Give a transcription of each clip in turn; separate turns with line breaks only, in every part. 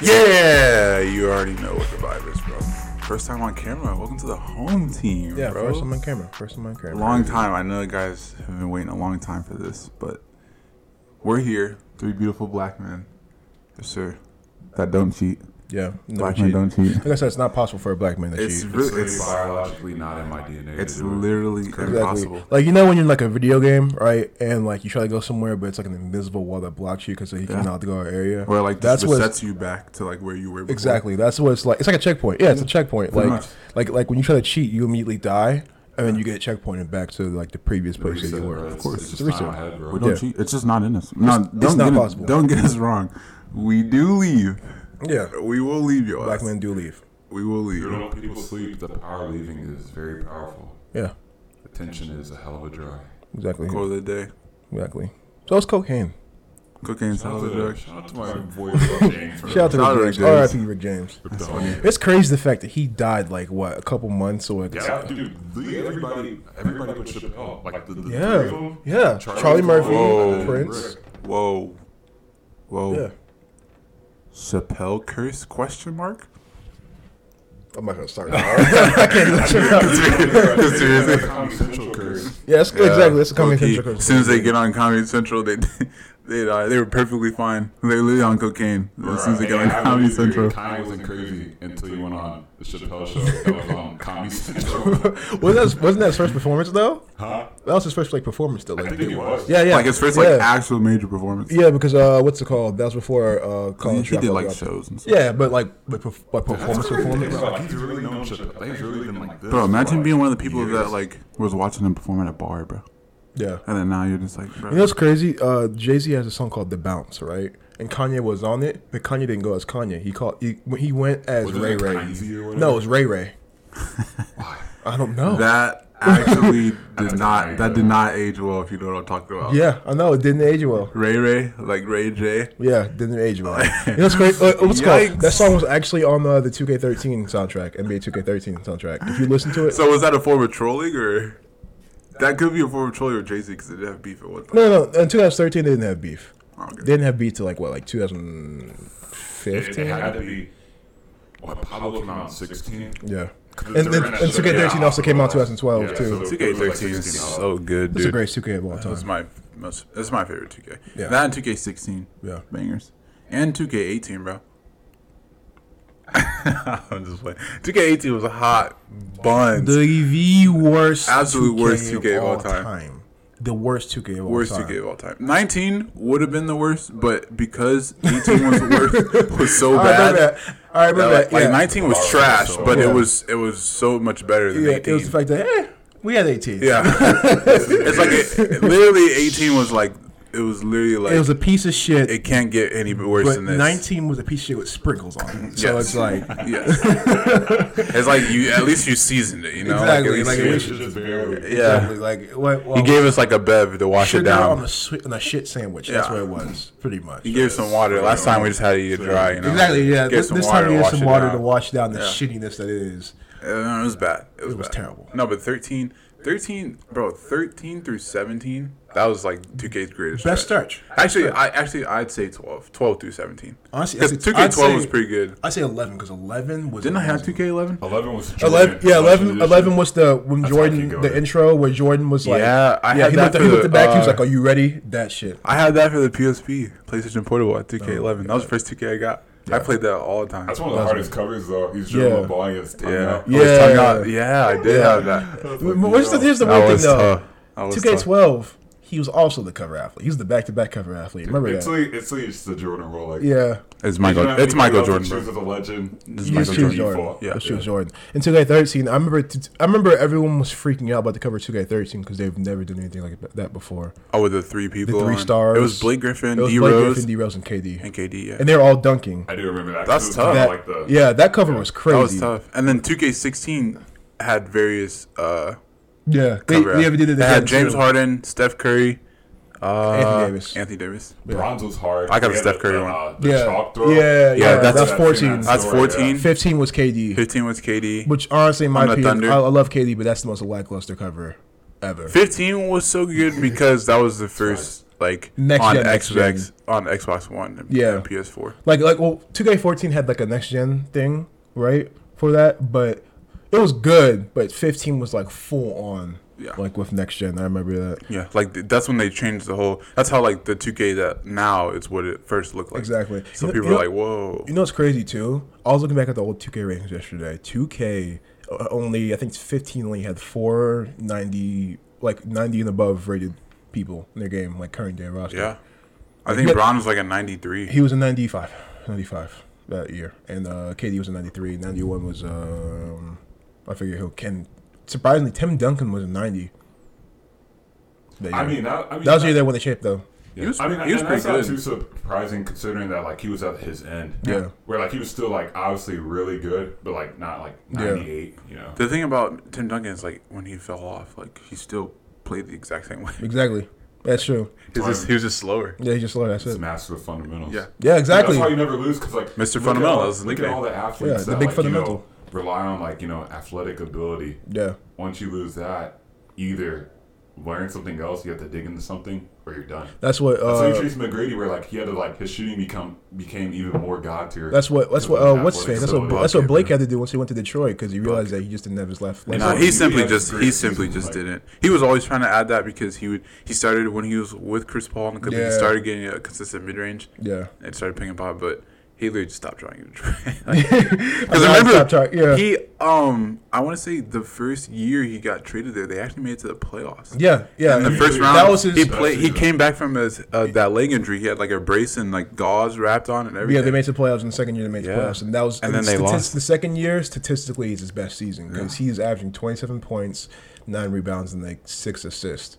Yeah, you already know what the vibe is, bro. First time on camera. Welcome to the home team,
Yeah,
bro.
first time on camera. First time on camera.
long time. I know you guys have been waiting a long time for this, but we're here. Three beautiful black men. Yes, sir. That don't cheat.
Yeah. never
Black men
cheat.
don't cheat.
Like I said, it's not possible for a black man to
It's
cheat.
really,
It's
it's,
biologically not in my DNA.
it's
to do it.
literally
Exactly.
impossible.
Like you know when you're in like a video game, right? And like you try to go somewhere, but it's like an invisible wall that blocks you because he cannot go our area.
Or like that's
that's what
what
it's-
sets you back to like where you were. Before.
exactly. That's what it's like. It's like a checkpoint. Yeah, it's a checkpoint. Like
Pretty much.
like like when you try to cheat, you immediately die, and then you get checkpointed back to like the previous place that
Reset,
you
bro.
were.
It's-
course.
It's
It's a
just not in
reset.
my head, bro.
We don't
Yeah.
cheat. It's just not in us. No, don't
not
get it-
possible.
Don't get us wrong. We do leave.
Yeah,
We will leave your
black
ass.
men do leave.
We will leave.
You know, people sleep. The power leaving is very powerful.
Yeah,
Attention is a hell of a drug.
exactly,
Call it a day.
exactly. So it's cocaine.
Cooking salad drug.
Shout out to my boy Rick James. for
Shout out to
Shout out
Rick
Rick
James.
James.
R.I.P. Rick James.
the only-
It's crazy the fact that he died like what a couple months or
Yeah, dude. the- Everybody, everybody put Chappelle. Like the, the
Yeah.
three of them.
Yeah. Charlie, Murphy,
Whoa.
Prince.
Rick.
Whoa. Whoa.
Yeah.
Chappelle curse question mark?
I'm not gonna start. I can't even start.
That's a Comedy Central curse.
Yeah, that's, exactly. That's a comedy
Low-key,
central.
As soon as they get on Comedy Central, they they die. They were perfectly fine. They were literally on cocaine. As soon as they get on
Right.
Comedy
Yeah,
Central.
Kanye wasn't crazy until you went on the Chappelle show. That was on Comedy Central.
wasn't that wasn't that his first performance though?
Huh?
That was his first like performance though. Like,
I think it was.
yeah, yeah.
Like his first
yeah.
like actual major performance.
yeah, because uh, what's it called? That was before uh,
He,
college.
he did
Dropout
like
dropped out.
shows and stuff.
Yeah, but like but, perf- but performance
That's what I'm saying,
performance.
bro. Like, he's really known Chappelle. Like, He's really been like this.
Bro,
for,
imagine
like,
being one of the people
years.
that like was watching him perform at a bar, bro.
Yeah.
And then now you're just like, bro.
You know what's crazy? Uh, Jay Z has a song called "The Bounce," right? And Kanye was on it, but Kanye didn't go as Kanye. He called he, when he went as
Wasn't
Ray
it
Ray.
Kaizy or whatever?
No, it was Ray Ray. I don't know.
that actually did
That's
not
crazy,
that
bro.
did not age well if you know what I'm talking about.
yeah, I know. It didn't age well.
Ray Ray, like Ray J.
Yeah, didn't age well. you know what's crazy? Uh, what's it
Yikes.
called? That song was actually on uh, the 2K13 soundtrack, NBA 2K13 soundtrack. If you listen to it,
So was that a form of trolling or that could be a form of trolling with Jay Z because they did have beef at one time.
no, no, no. In 2013, they didn't have beef.
Okay.
They didn't have beef to like what, like
It, it
2015?
had to be. What, Pablo came out in 16?
Yeah.
Cause
And, and,
they're
and
in a certain-
2K13 also came out in 2012
Yeah,
too.
so-
It's
2K13 is so good, dude.
a great 2K of all
That's
time.
my most. That's my favorite 2K.
Yeah.
That and 2K16.
Yeah.
Bangers. And 2K18, bro. I'm just playing. 2K18 was a hot buns.
The worst,
Absolute worst 2K of all time.
The worst 2K of all
worst
time.
2K of all time. 19 would have been the worst, but because 18 was the worst, was so
All right, my
bad.
bad. All right, my
that,
bad.
like, like,
Yeah.
19 was
Oh,
trash,
so
but
bad.
it was it was so much better than
Yeah,
18.
it was the fact that eh, we had 18.
yeah, it's like it, literally 18 was like it was literally like
It was a piece of shit.
it can't get any worse
But
than this.
19 was a piece of shit with sprinkles on it. So
Yes.
it's like,
Yes. it's like you at least you seasoned it, you know?
Exactly,
Like,
like,
at
at
least
least-
you- yeah.
exactly, like what, well,
He gave us like a bev to wash it
sugar on
down.
a, sweet, on a shit sandwich. That's
Yeah.
what it was, pretty much.
He gave us some water. Last time we just had to eat it dry, you know?
exactly, yeah. This, this time we
to
had
wash
some
it
water
down.
to wash down the shittiness that it is.
Uh, it was bad. It was,
was
bad.
terrible.
No, but 13, 13, bro, 13 through 17, that was like 2K's greatest.
Best
stretch.
stretch.
Actually, I actually I'd say 12, 12 through 17.
Honestly,
because
I'd say-
2K12
I'd say-
was pretty good.
I say 11 because 11 was.
Didn't I have
amazing.
2K11?
11 was Jordan.
11, yeah,
Jordan
11,
edition.
11 was the when
how I
Jordan
keep
the
going.
intro where Jordan was like,
Yeah, I had
he
that
looked,
for
he
the,
looked at back, he was
uh,
like, "Are you ready?" That shit.
I had that for the PSP, PlayStation Portable at 2K11. that was the first 2K I got. I played that all the time.
That's one of the hardest covers, though. He's drilling
Yeah.
a ball against tongue
yeah.
out.
I was
Yeah.
tongue out. Yeah, I did have that.
That's
But-
like,
but what's the-
yo.
here's the
That
weird
was
thing though.
tough. That was
Two K
tough.
twelve, he was also the cover athlete. He was the back to back cover athlete. Remember
It's
that?
like, it's like it's the Jordan rule. Like,
Yeah.
It's
You
Michael.
don't have
It's
anybody
Michael
else to
Jordan. bro.
Choose as a legend.
It's
You
Michael
just choose
Jordan.
Jordan.
Default.
Yeah.
Let's choose Jordan. In 2K13, I remember t- I remember everyone was freaking out about the cover 2K13 because they've never done anything like that before.
Oh, with the three people.
The three
on.
stars.
It was Blake Griffin,
It was
D
Blake
Rose,
Griffin, D Rose, and KD,
and KD. Yeah.
and they were all dunking.
I do remember that.
That's
'cause it was kinda
tough.
That-
Like the,
yeah, that cover was crazy.
that was tough. And then 2K16 had various. Uh,
Yeah, they,
cover
they ever did it.
They had
again,
James
too.
Harden, Steph Curry, uh,
Anthony Davis.
Anthony Davis.
Bronze was hard.
I got a
Yeah,
Steph
the-
Curry
the,
one.
uh, the
Yeah.
chalk
yeah,
throw.
yeah,
Yeah,
That's,
that's-
14.
That's
Story,
14.
15 was KD,
15 was KD.
which honestly, in my
On the
opinion,
Thunder.
I, I love KD, but that's the most lackluster cover ever.
15 was so good because that was the first like
Next
on
gen, next
Xbox on Xbox One and,
Yeah.
and PS4.
Like like well, 2K14 had like a next gen thing, right? For that, but it was good, but 15 was like full on
Yeah.
like with next gen. I remember that.
Yeah, like th- that's when they changed the whole. That's how like the 2K that now it's what it first looked like.
Exactly.
So
You know-
people
you know-
are like, "Whoa,
You know what's crazy too? I was looking back at the old 2K ratings yesterday. 2K uh, only, I think 15 only had 490, like 90 and above rated people in their game, like current day roster.
yeah." I think
Yeah.
Braun was like a 93.
He was a 95, 95 that year, and uh, KD was a 93. 91 was um, I forget who. Ken surprisingly, Tim Duncan was a 90. That
I
year.
mean, that, I mean,
that was the year they won the chip, though.
Yeah.
He was-
I mean,
he was
and
pretty
that's not
good.
too surprising considering that like he was at his end.
Yeah.
Where like he was still like obviously really good, but like not like
Yeah.
98. You know.
The thing about Tim Duncan is like when he fell off, like he still played the exact same way.
Exactly. That's true.
It's just- he was just slower.
Yeah, he just lost. That's
It's
it.
master of fundamentals.
Yeah.
Yeah, exactly.
That's why you never lose because like
Mr.
look at
Fundamental,
all-
that's his
Look at
nickname.
all the athletes.
Yeah, the
that,
big
like,
fundamental.
You know, rely on like you know athletic ability.
Yeah.
Once you lose that, either learn something else, you have to dig into something, or you're done.
That's what.
That's
Uh,
like Tracy McGrady, where like he had to like his shooting become became even more god tier.
That's what. That's what.
Yeah,
Uh,
that's
what's his
what it's
face? That's what.
about,
That's what
yeah.
Blake had to do once he went to Detroit because he realized that he just didn't have his left. left
No,
No,
foot.
he
he
simply
has
just he
great
simply just
like-
didn't. He was always trying to add that because he would he started when he was with Chris Paul and
Yeah.
he started getting a consistent mid range
yeah.
and started ping and pop, but he literally just stopped trying. Because
I stopped
remember
trying- yeah.
he um I want to say the first year he got traded there, they actually made it to the playoffs.
Yeah. Yeah.
In the first
That
round,
was his-
he played. He
That's-
came back from his uh, that leg injury. He had like a brace and like gauze wrapped on and everything.
Yeah, they made the playoffs in the second year. They made the
Yeah.
playoffs, and that was
And then they lost.
The second year, statistically, is his best season because he's averaging twenty-seven points, nine rebounds, and like six assists.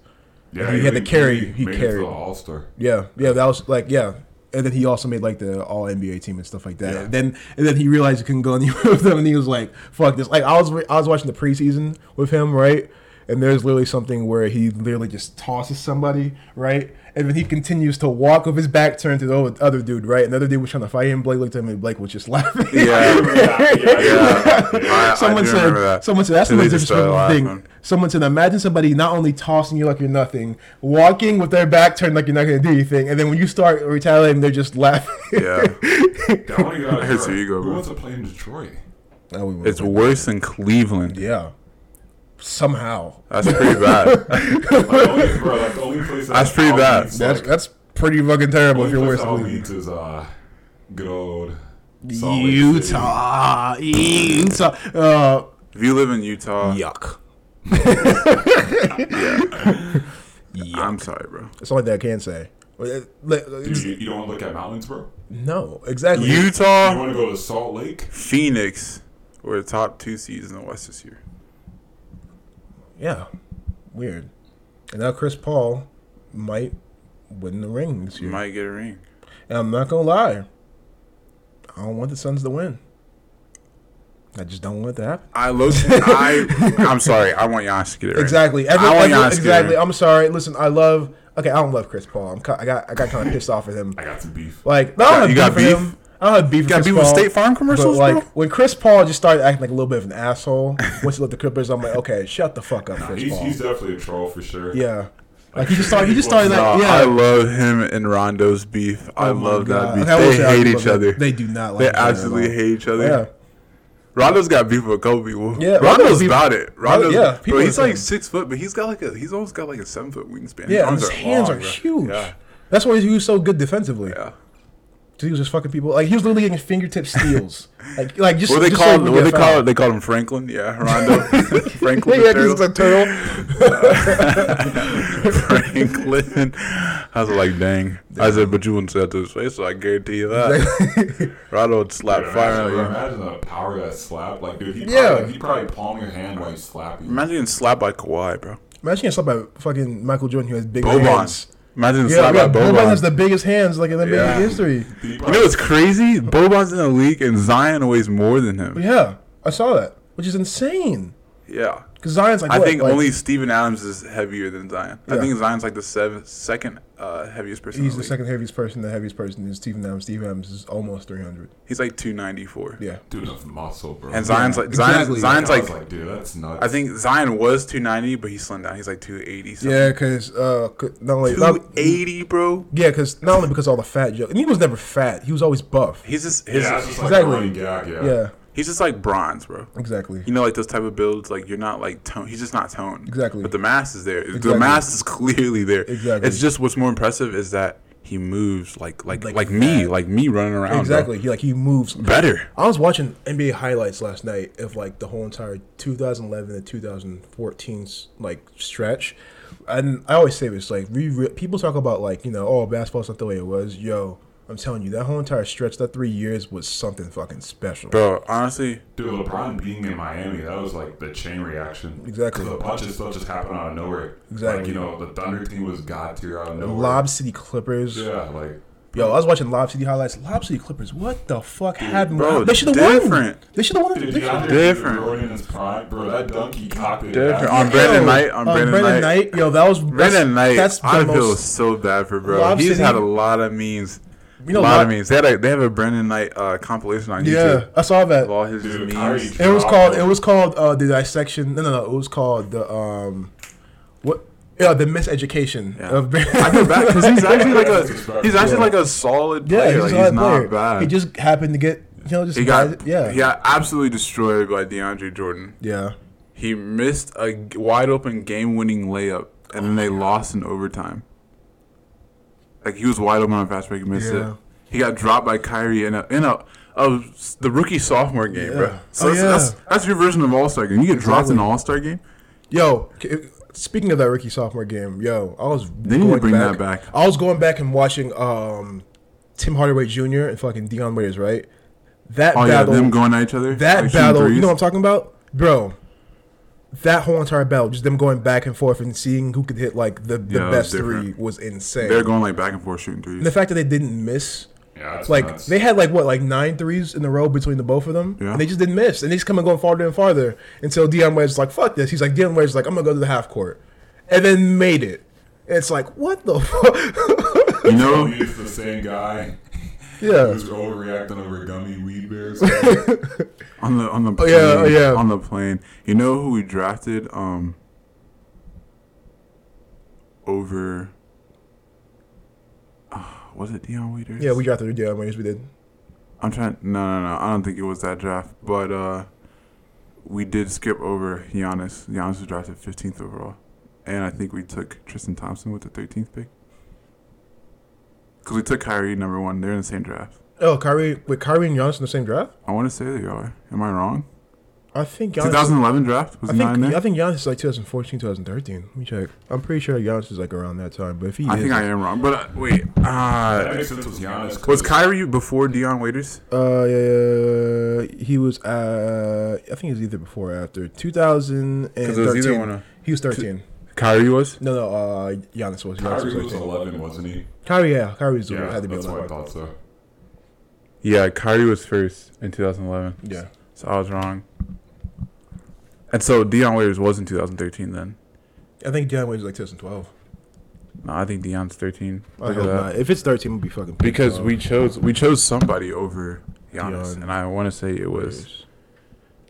yeah,
he had to carry- he carried.
All star.
Yeah, yeah, that was like yeah. And then he also made like the All NBA team and stuff like that.
Yeah.
Then and then he realized he couldn't go anywhere with them, and he was like, "Fuck this!" Like I was re- I was watching the preseason with him, right? And there's literally something where he literally just tosses somebody, right? And then he continues to walk with his back turned to the other- other dude, right? And the other dude was trying to fight him. Blake looked at him, and Blake was just laughing.
Yeah, yeah, yeah. I- I
someone
do
said,
remember that.
someone said, that's the
And they
most
just started
disrespectful thing.
laughing.
Someone said, imagine somebody not only tossing you like you're nothing, walking with their back turned like you're not going to do anything, and then when you start retaliating, they're just laughing.
Yeah.
I want to get
Here's
out of
where
Detroit.
you go,
Who
bro.
wants to play in Detroit?
Now we win.
It's worse than Cleveland.
yeah. Somehow.
That's pretty bad.
Like, the only, bro, like, the only place that
That's pretty
all
bad.
leads,
That's
like,
that's pretty fucking terrible if
only
you're worse
place that all
than me.
leads is uh, good old Salt Lake
Utah. Utah. Uh,
if you live in Utah,
yuck.
I'm sorry, bro.
That's all that I can say.
City. Dude, you, you don't want to look at mountains, bro.
No, exactly.
You
Utah,
want to go to Salt Lake?
Phoenix were the top two seeds in the West this year.
Yeah. Weird. And now Chris Paul might win the ring this
You
year.
might get a ring.
And I'm not gonna lie. I don't want the Suns to win. I just don't want it to happen.
I look. I. I'm sorry. I want Giannis to get a ring.
Exactly. Every,
I want
every-
Giannis to get a
exactly.
ring.
I'm sorry. Listen, I love. Okay, I don't love Chris Paul. I'm. ki- I got. I got kind of pissed off with him.
I got some beef.
Like, I don't
You
have
got
beef with
beef?
him. I don't have beef. with
Got
Chris
beef with
Paul,
State Farm commercials,
but,
bro?
like when Chris Paul just started acting like a little bit of an asshole once he left the Clippers, I'm like, okay, shut the fuck up, Chris
He's,
Paul.
he's definitely a troll for sure.
yeah, like he just started. He just started
No,
like, yeah.
I love him and Rondo's beef. I
Oh my
love that
God.
beef.
Okay, I will
They
say I
hate
do
each
love that.
other.
They do not like
They
each other at
absolutely
all.
hate each other.
Yeah.
Rondo's got beef with Kobe. Well,
Yeah, Rondo's
Rondo's
beef-
about it. Rondo's,
yeah,
yeah, bro,
people
he's
are
like
saying-
six foot, but he's got like a he's almost got like a seven foot wingspan.
Yeah, and his hands
long,
are
bro.
huge.
Yeah,
That's why he was so good defensively.
yeah.
'Cause He was just fucking people. Like he was literally getting fingertip steals. like, like just
What they
just
call
so he
what they
wouldn't get
call it?
fouled.
They called him Franklin. Yeah, Rondo. Franklin. the
Yeah, because he's a
turtle.
turtle.
Franklin. I was like, dang. I said, but you wouldn't say that to his face, so I guarantee you that. Rondo would slap
Dude,
fire out
imagine,
of
bro,
you.
imagine the power of that slap. Like, dude, he probably,
Yeah.
like, he probably palm your hand while he's slapping. you.
Imagine getting slapped by Kawhi, bro.
Imagine getting slapped by fucking Michael Jordan, who has big
Boban.
hands.
Imagine getting
Yeah,
slapped
yeah,
by
Boban. has the
Boban.
biggest hands like in NBA
Yeah.
history.
Dude, he
You
probably-
know what's crazy? Boban's in the league and Zion weighs more than him.
Yeah, I saw that, which is insane.
Yeah.
Because Zion's like
I
what,
think
like,
only Steven Adams is heavier than Zion. I
Yeah.
think Zion's like the seven, second uh, heaviest person. in
he's
the
the
league.
second heaviest person. The heaviest person is Stephen Adams. Stephen Adams is almost three hundred.
He's like 294.
Yeah,
Dude, of muscle, bro.
And Zion's like
exactly.
Zion's, Zion's
I was
like,
like, dude, that's nuts.
I think Zion was 290, but he slimmed down. He's like 280. something.
yeah, because uh, 'cause not only not,
280, bro.
yeah, because not only because all the fat jokes, and he was never fat. He was always buff.
He's just his,
yeah, it's just like
Exactly.
a running gag. Yeah.
yeah,
he's just like bronze, bro.
exactly.
You know, like those type of builds, like you're not like toned. He's just not toned.
Exactly.
But the mass is there.
Exactly.
The mass is clearly there.
Exactly.
It's just what's more impressive is that he moves like like
Like
like, me,
that.
like me running around. bro.
Exactly. He like he moves
Better.
I was watching NBA highlights last night of like the whole entire 2011 and 2014 's, like stretch, and I always say this like we re- people talk about like you know oh basketball's not the way it was yo I'm telling you that whole entire stretch that three years was something fucking special.
Bro, honestly,
Dude, LeBron being in Miami, that was like the chain reaction.
Exactly.
The bunch of stuff just happened out of nowhere.
Exactly.
Like, you know, the Thunder team was god tier out of nowhere.
Lob City Clippers.
Yeah, like.
Yo, I was watching Lob City highlights. Lob City Clippers. What the fuck happened?
bro,
they should have won.
different.
They should have won.
Dude,
they
DeAndre
should've-
Different.
Jordan in his prime, bro. That dunk he cocked it.
Different.
back.
On Brandon
Yo, uh,
Knight- on Brandon Knight.
Yo, that was
Brandon Knight,
That's the
I feel
most.
so bad for bro.
Lob
He's
City-
had a lot of memes.
You know,
a lot
Lob-
of memes. They had a, they have a Brandon Knight uh, compilation on
Yeah,
YouTube
I saw that.
of all his
Dude, Kyrie
memes.
It was
dropped
called. It was called uh, the dissection. No, no, no. It was called the um, what? Yeah, the miseducation
Yeah.
of.
I feel bad because he's actually like a
Yeah.
he's actually like a solid
yeah,
player.
he's,
like,
a
he's
solid
not
player.
bad.
He just happened to get you know just
He got
yeah
He got absolutely destroyed by DeAndre Jordan.
yeah.
He missed a g- wide open game winning layup, and then
Oh,
they lost in overtime. Like he was wide open on a fast break, he missed
Yeah.
it. He got dropped by Kyrie in a in a of the rookie sophomore game,
Yeah.
bro. So
Oh,
that's,
yeah.
that's that's your version of All Star game. You get dropped in
Exactly.
an All Star game.
Yo, k- speaking of that rookie sophomore game, yo, I was
They need to bring that back.
I was going back and watching um, Tim Hardaway Jr. and fucking Deion Waiters, right? That
Oh
battle,
yeah, them going at each other.
that
like shooting
battle, you
threes.
know what I'm talking about, bro. That whole entire battle, just them going back and forth and seeing who could hit like the, the
Yeah, it was
best
different.
three was insane.
They're going like back and forth shooting threes.
and the fact that they didn't miss,
Yeah, that's
like
nuts.
they had like what like nine threes in a row between the both of them,
Yeah.
and they just didn't miss, and they just coming going farther and farther until Deion Waiters is like fuck this. He's like Deion Waiters is like I'm gonna go to the half court, and then made it. And it's like what the fuck,
you know,
Kobe is the same guy.
yeah.
Who's overreacting over gummy weed bears?
on the on the plane,
yeah, oh, yeah.
on the plane. You know who we drafted um over uh, was it Dion Waiters?
Yeah, we drafted Deion Waiters. We did.
I'm trying no no no, I don't think it was that draft, but uh we did skip over Giannis. Giannis was drafted fifteenth overall. And I think we took Tristan Thompson with the thirteenth pick. Cause we took Kyrie number one. They're in the same draft.
Oh, Kyrie with Kyrie and Giannis in the same draft.
I want to say they are. Am I wrong?
I think Giannis.
2011 draft was
I
he not in
think
there.
I think Giannis is like 2014, 2013. Let me check. I'm pretty sure Giannis is like around that time. But if he
I
is,
think I am wrong, but uh, wait.
that
Uh,
makes sense with Giannis.
was Kyrie before Dion Waiters?
uh, yeah, yeah, yeah. he was uh, I think it was either before or after 2013.
it was either one. Of,
he was 13.
Kyrie was.
No, no, uh, Giannis was. Giannis
Kyrie
was
was
13.
11, wasn't he?
Kyrie, yeah, Kyrie was the
Yeah,
had to be
that's what I
11.
thought so.
Yeah, Kyrie was first in 2011.
Yeah,
So I was wrong. And so Dion Waiters was in 2013 then.
I think Giannis was like 2012.
No, I think Dion's 13.
I
Look
hope
at that.
not. If it's 13, we'll be fucking. pissed
Because
off.
we chose we chose somebody over Giannis,
Deion
and I want to say it was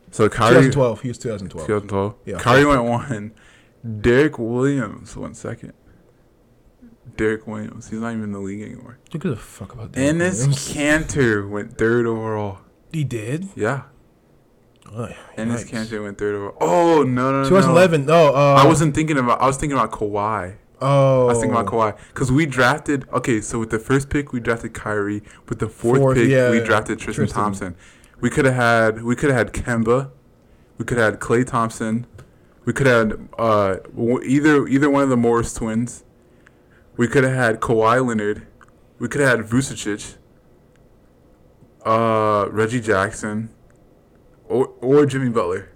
so Kyrie
2012. He was 2012.
2012.
Yeah.
Kyrie went one. Derek Williams went second. Derek Williams, he's not even in the league anymore.
Who gives a fuck about that?
Ennis Cantor went third overall.
he did.
Yeah.
Oh,
Ennis
yikes.
Cantor went third overall. Oh, no, no, no.
2011. No, uh,
I wasn't thinking about, I was thinking about Kawhi.
Oh,
I was thinking about Kawhi. Because we drafted, okay, so with the first pick, we drafted Kyrie. With the fourth,
Fourth,
pick,
yeah,
we drafted Tristan,
Tristan.
Thompson. We could have had, we could have had Kemba. We could have had Clay Thompson. We could have had uh, w- either, either one of the Morris twins. We could have had Kawhi Leonard. We could have had Vucevic. Uh, Reggie Jackson, or or Jimmy Butler.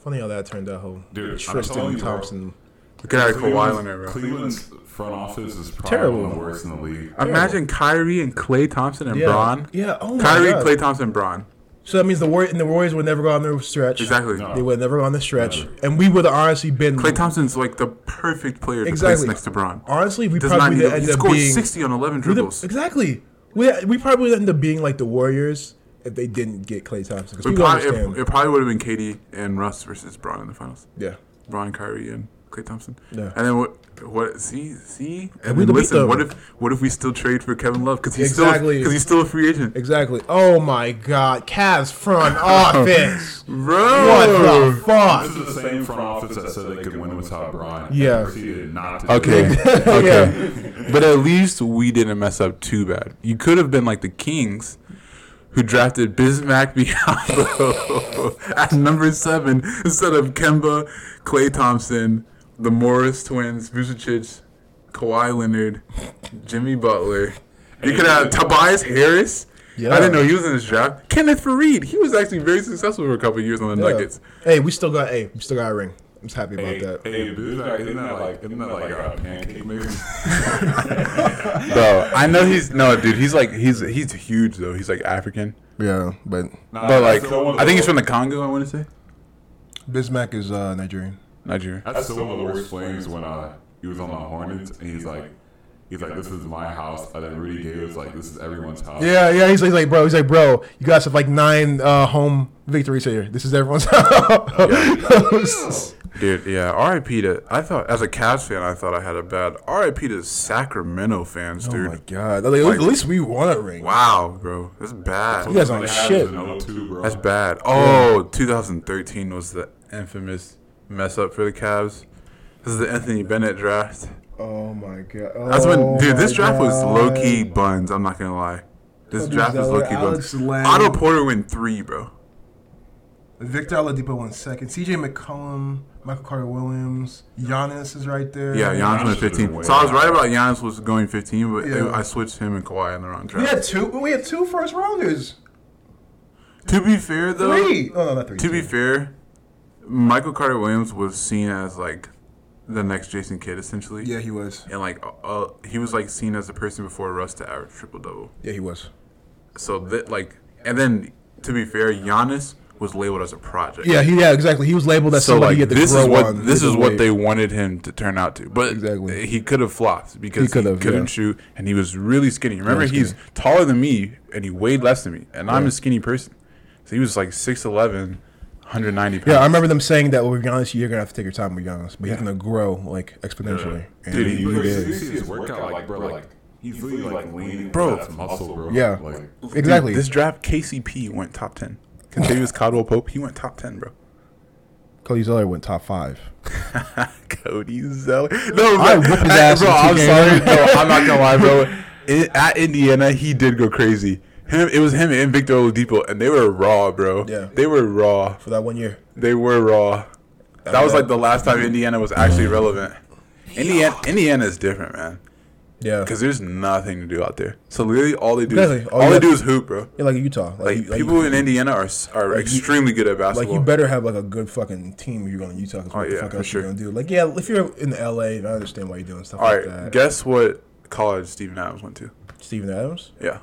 Funny how that turned out. Whole
Dude, I'm telling
Tristan
you, bro.
Thompson.
We could have had Kawhi
Cleveland's-
Leonard. Bro.
Cleveland's front office is probably
Terrible.
one of the worst in the league.
Imagine Kyrie and Clay Thompson and
Yeah.
Braun.
Yeah. Oh my
Kyrie,
God.
Clay Thompson, Braun.
So that means the Warriors and the Warriors would never go on their stretch.
Exactly.
No.
They would never go on the stretch, and we would have honestly been
Clay Thompson's like the perfect player
Mm-hmm. Exactly.
to place next to Bron.
honestly we
Does not
probably
need
would
to,
end
he
up
scored
being
60 on 11
we'd have-
dribbles.
exactly. We, we probably would end up being like the Warriors if they didn't get Clay Thompson. 'cause
We
people
probably,
understand.
it, it probably would have been Katie and Russ versus Bron in the finals.
yeah.
Bron, Kyrie, and Clay Thompson.
Yeah.
And then what? What? See, see. And
we'd
then
have beat
listen.
them.
What if? What if we still trade for Kevin Love? Because he's still
Exactly.
because he's still a free agent,
Exactly. Oh my God, Cavs front
Oh.
office. what
bro.
the fuck?
This is the same front office that said they could win without Bron.
Yeah.
and Proceeded not to. do
Okay.
it.
okay. But at least we didn't mess up too bad. You could have been like the Kings, who drafted Bismack Biyombo at number seven instead of Kemba, Clay Thompson, the Morris twins, Vucevic, Kawhi Leonard, Jimmy Butler. You could have Tobias Harris. I didn't know he was in this draft. Kenneth Fareed. He was actually very successful for a couple of years on the
Yeah.
Nuggets.
Hey, we still got. Hey, we still got a ring. I'm just happy about
Hey,
that.
hey, but isn't that, isn't that like isn't that like a pancake mix?
Bro, I know he's no dude. He's like he's he's huge though. He's like African.
Yeah, but
Nah,
But
that's
like,
still Uh, one of
I think
the-
he's from the Congo. I want to say
Bismack is uh, Nigerian.
Nigeria.
That's still one of the worst things when uh, he was on the Hornets and he's like, he's like, this is my house. And then Rudy Gay was like, this is everyone's house.
Yeah, yeah. He's, he's like, bro. He's like, bro. You guys have like nine uh, home victories here. This is everyone's. house.
Dude, yeah. R.I.P. to. I thought as a Cavs fan, I thought I had a bad. R.I.P. to Sacramento fans,
Oh
dude.
my god! Like, at least we won a ring.
Wow, bro, that's bad.
You guys aren't
They had
shit.
an 0-2, bro.
That's bad. Oh, 2013 was the infamous mess up for the Cavs. This is the Anthony Bennett draft.
Oh my god!
That's
Oh
when, dude. This
my
draft was
God.
low key buns. I'm not gonna lie. This
Cody
draft was
Zeller,
low key
Alex
buns.
Lang.
Otto Porter win three, bro.
Victor Oladipo won second. C.J. McCollum, Michael Carter Williams, Giannis is right there.
Yeah, Giannis
Giannis
went
was
15.
way
So I was
out.
right about Giannis was going 15, but
Yeah.
I switched him and Kawhi in the wrong
We
draft.
had two. We had two first rounders.
To be fair, though,
Three. Oh no, not three.
Uh, to be
two.
fair, Michael Carter Williams was seen as like the next Jason Kidd, essentially.
yeah, he was.
And like, uh, he was like seen as the person before Russ to average triple double.
Yeah, he was.
So that like, and then to be fair, Giannis was labeled as a project.
Yeah, he. Yeah, exactly. He was labeled as
So
somebody
like,
he had to
this
grow
is what
on.
this is what
Wait.
they wanted him to turn out to, but
Exactly.
he could have flopped because
He
he,
could've,
couldn't
yeah.
shoot and he was really skinny. Remember,
skinny.
he's taller than me and he weighed less than me, and I'm a skinny person, so he was like 6'11", 190 pounds.
Yeah, I remember them saying that with Giannis, you're gonna have to take your time with Giannis, but he's gonna grow like exponentially. And
Dude,
Dude,
he
you
did.
see his workout, like, bro, like, he's literally like leaning.
Bro.
That's muscle, bro.
Yeah.
Like,
exactly.
This draft, KCP went top ten. Contavious Caldwell Pope, he went top ten, bro.
Cody Zeller went top five.
Cody Zeller. No,
I
but-
whip his
hey,
ass
bro.
in
I'm
2K.
sorry, bro. I'm not gonna lie, bro. In, at Indiana, he did go crazy. Him, it was him and Victor Oladipo, and they were raw, bro.
Yeah.
they were raw.
For that one year.
They were raw. That was like the last time Indiana was actually relevant. Indiana, Indiana is different, man,
Yeah.
because there's nothing to do out there. So literally, all they do, is,
Exactly. All
all,
you
they
have-
do is hoop, bro.
Yeah, like Utah. Like,
Like,
you- like,
people in Indiana are s- are extremely good at
like
basketball.
you better have like a good fucking team if you're going to Utah. 'cause what the
Oh, yeah,
fuck
for
else
sure.
you gonna do? Like yeah, if you're in LA, I understand why you're doing stuff
all
like
right,
that.
guess what college Steven Adams went to?
Steven Adams.
Yeah.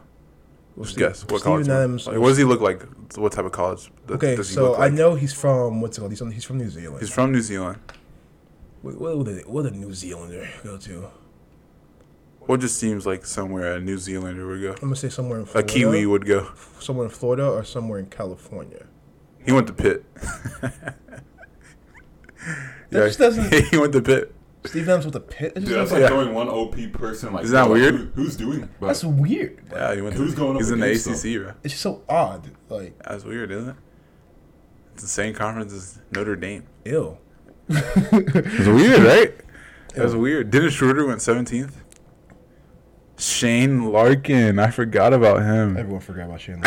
Well,
Just
Steve-
guess what
Steven
college. he went-
Adams-
like, what does he look like? What type of college? th-
Okay,
does he
so
look like?
I know he's from what's it called? He's from, he's from New Zealand.
he's from New Zealand.
what, what, would a, what would a New Zealander go to? I'm
What just seems like somewhere a New Zealander would go.
gonna say somewhere in
A
Florida,
Kiwi would go.
somewhere in Florida, or somewhere in California.
He went to Pitt. yeah,
just doesn't-
he went to Pitt.
Steve Adams with a pit. It just
dude, that's
sounds like-
like throwing one OP person. Like,
Isn't that
bro, like,
weird?
who- who's doing? But
that's weird. Like,
Yeah, he went.
Who's
to,
going up
He's in the
against him?
ACC, bro.
It's just so odd. Like,
That's weird, isn't it? It's the same conference as Notre Dame.
ill.
It's weird, right? That was weird. Dennis Schroeder went 17th. Shane Larkin, I forgot about him.
Everyone forgot about Shane.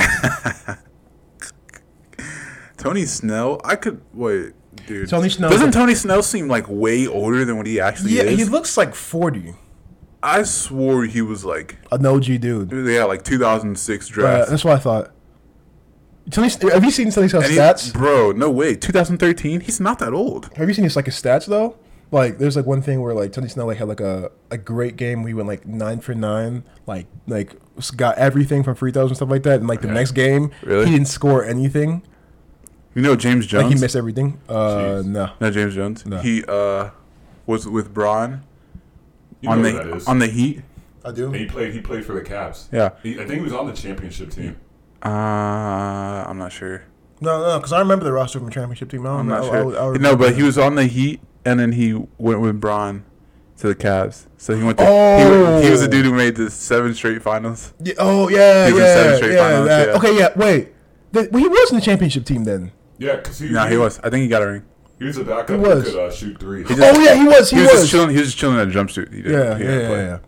Tony Snell, I could wait, dude.
Tony Snell-
doesn't Tony Snell seem like way older than what he actually
yeah,
is?
he looks like forty.
I swore he was like
An OG dude.
yeah, like 2006
Uh,
draft.
that's what I thought. Tony, have you seen Tony's
and he-
stats?
bro. No way, 2013. He's not that old.
Have you seen his like his stats though? Like there's like one thing where like Tony Snell like had like a, a great game. We went like nine for nine, like like got everything from free throws and stuff like that. And like the
Okay.
next game,
Really?
he didn't score anything.
You know James Jones?
Like he missed everything. Uh,
Jeez.
no.
Not James Jones.
No.
He uh was with Braun
You
on the
know who that is.
on the Heat.
I do.
he played. He played for the Caps.
Yeah.
He, I think he was on the championship team.
Uh, I'm not sure.
No, no, because I remember the roster from the championship team. I don't
I'm
know.
not
I- I
sure.
would- I would
no,
remember
but he
that.
was on the Heat, and then he went with Braun to the Cavs. So he went. To, he, wa- he was the
Oh.
dude who made the seven straight finals.
Yeah, oh yeah,
He was in
yeah,
seven straight
yeah,
finals,
that-
yeah.
Okay, yeah. Wait, Th- well, he was in the championship team then.
Yeah, because he,
Nah, he was. I think he got a ring.
He was a backup.
He
He
was.
Could, uh, shoot threes.
He just-
Oh yeah, he was. He,
He, was,
was.
just chilling. He was just chilling in a jumpsuit. He didn't-
yeah,
he
yeah,
didn't
yeah,
play.
yeah.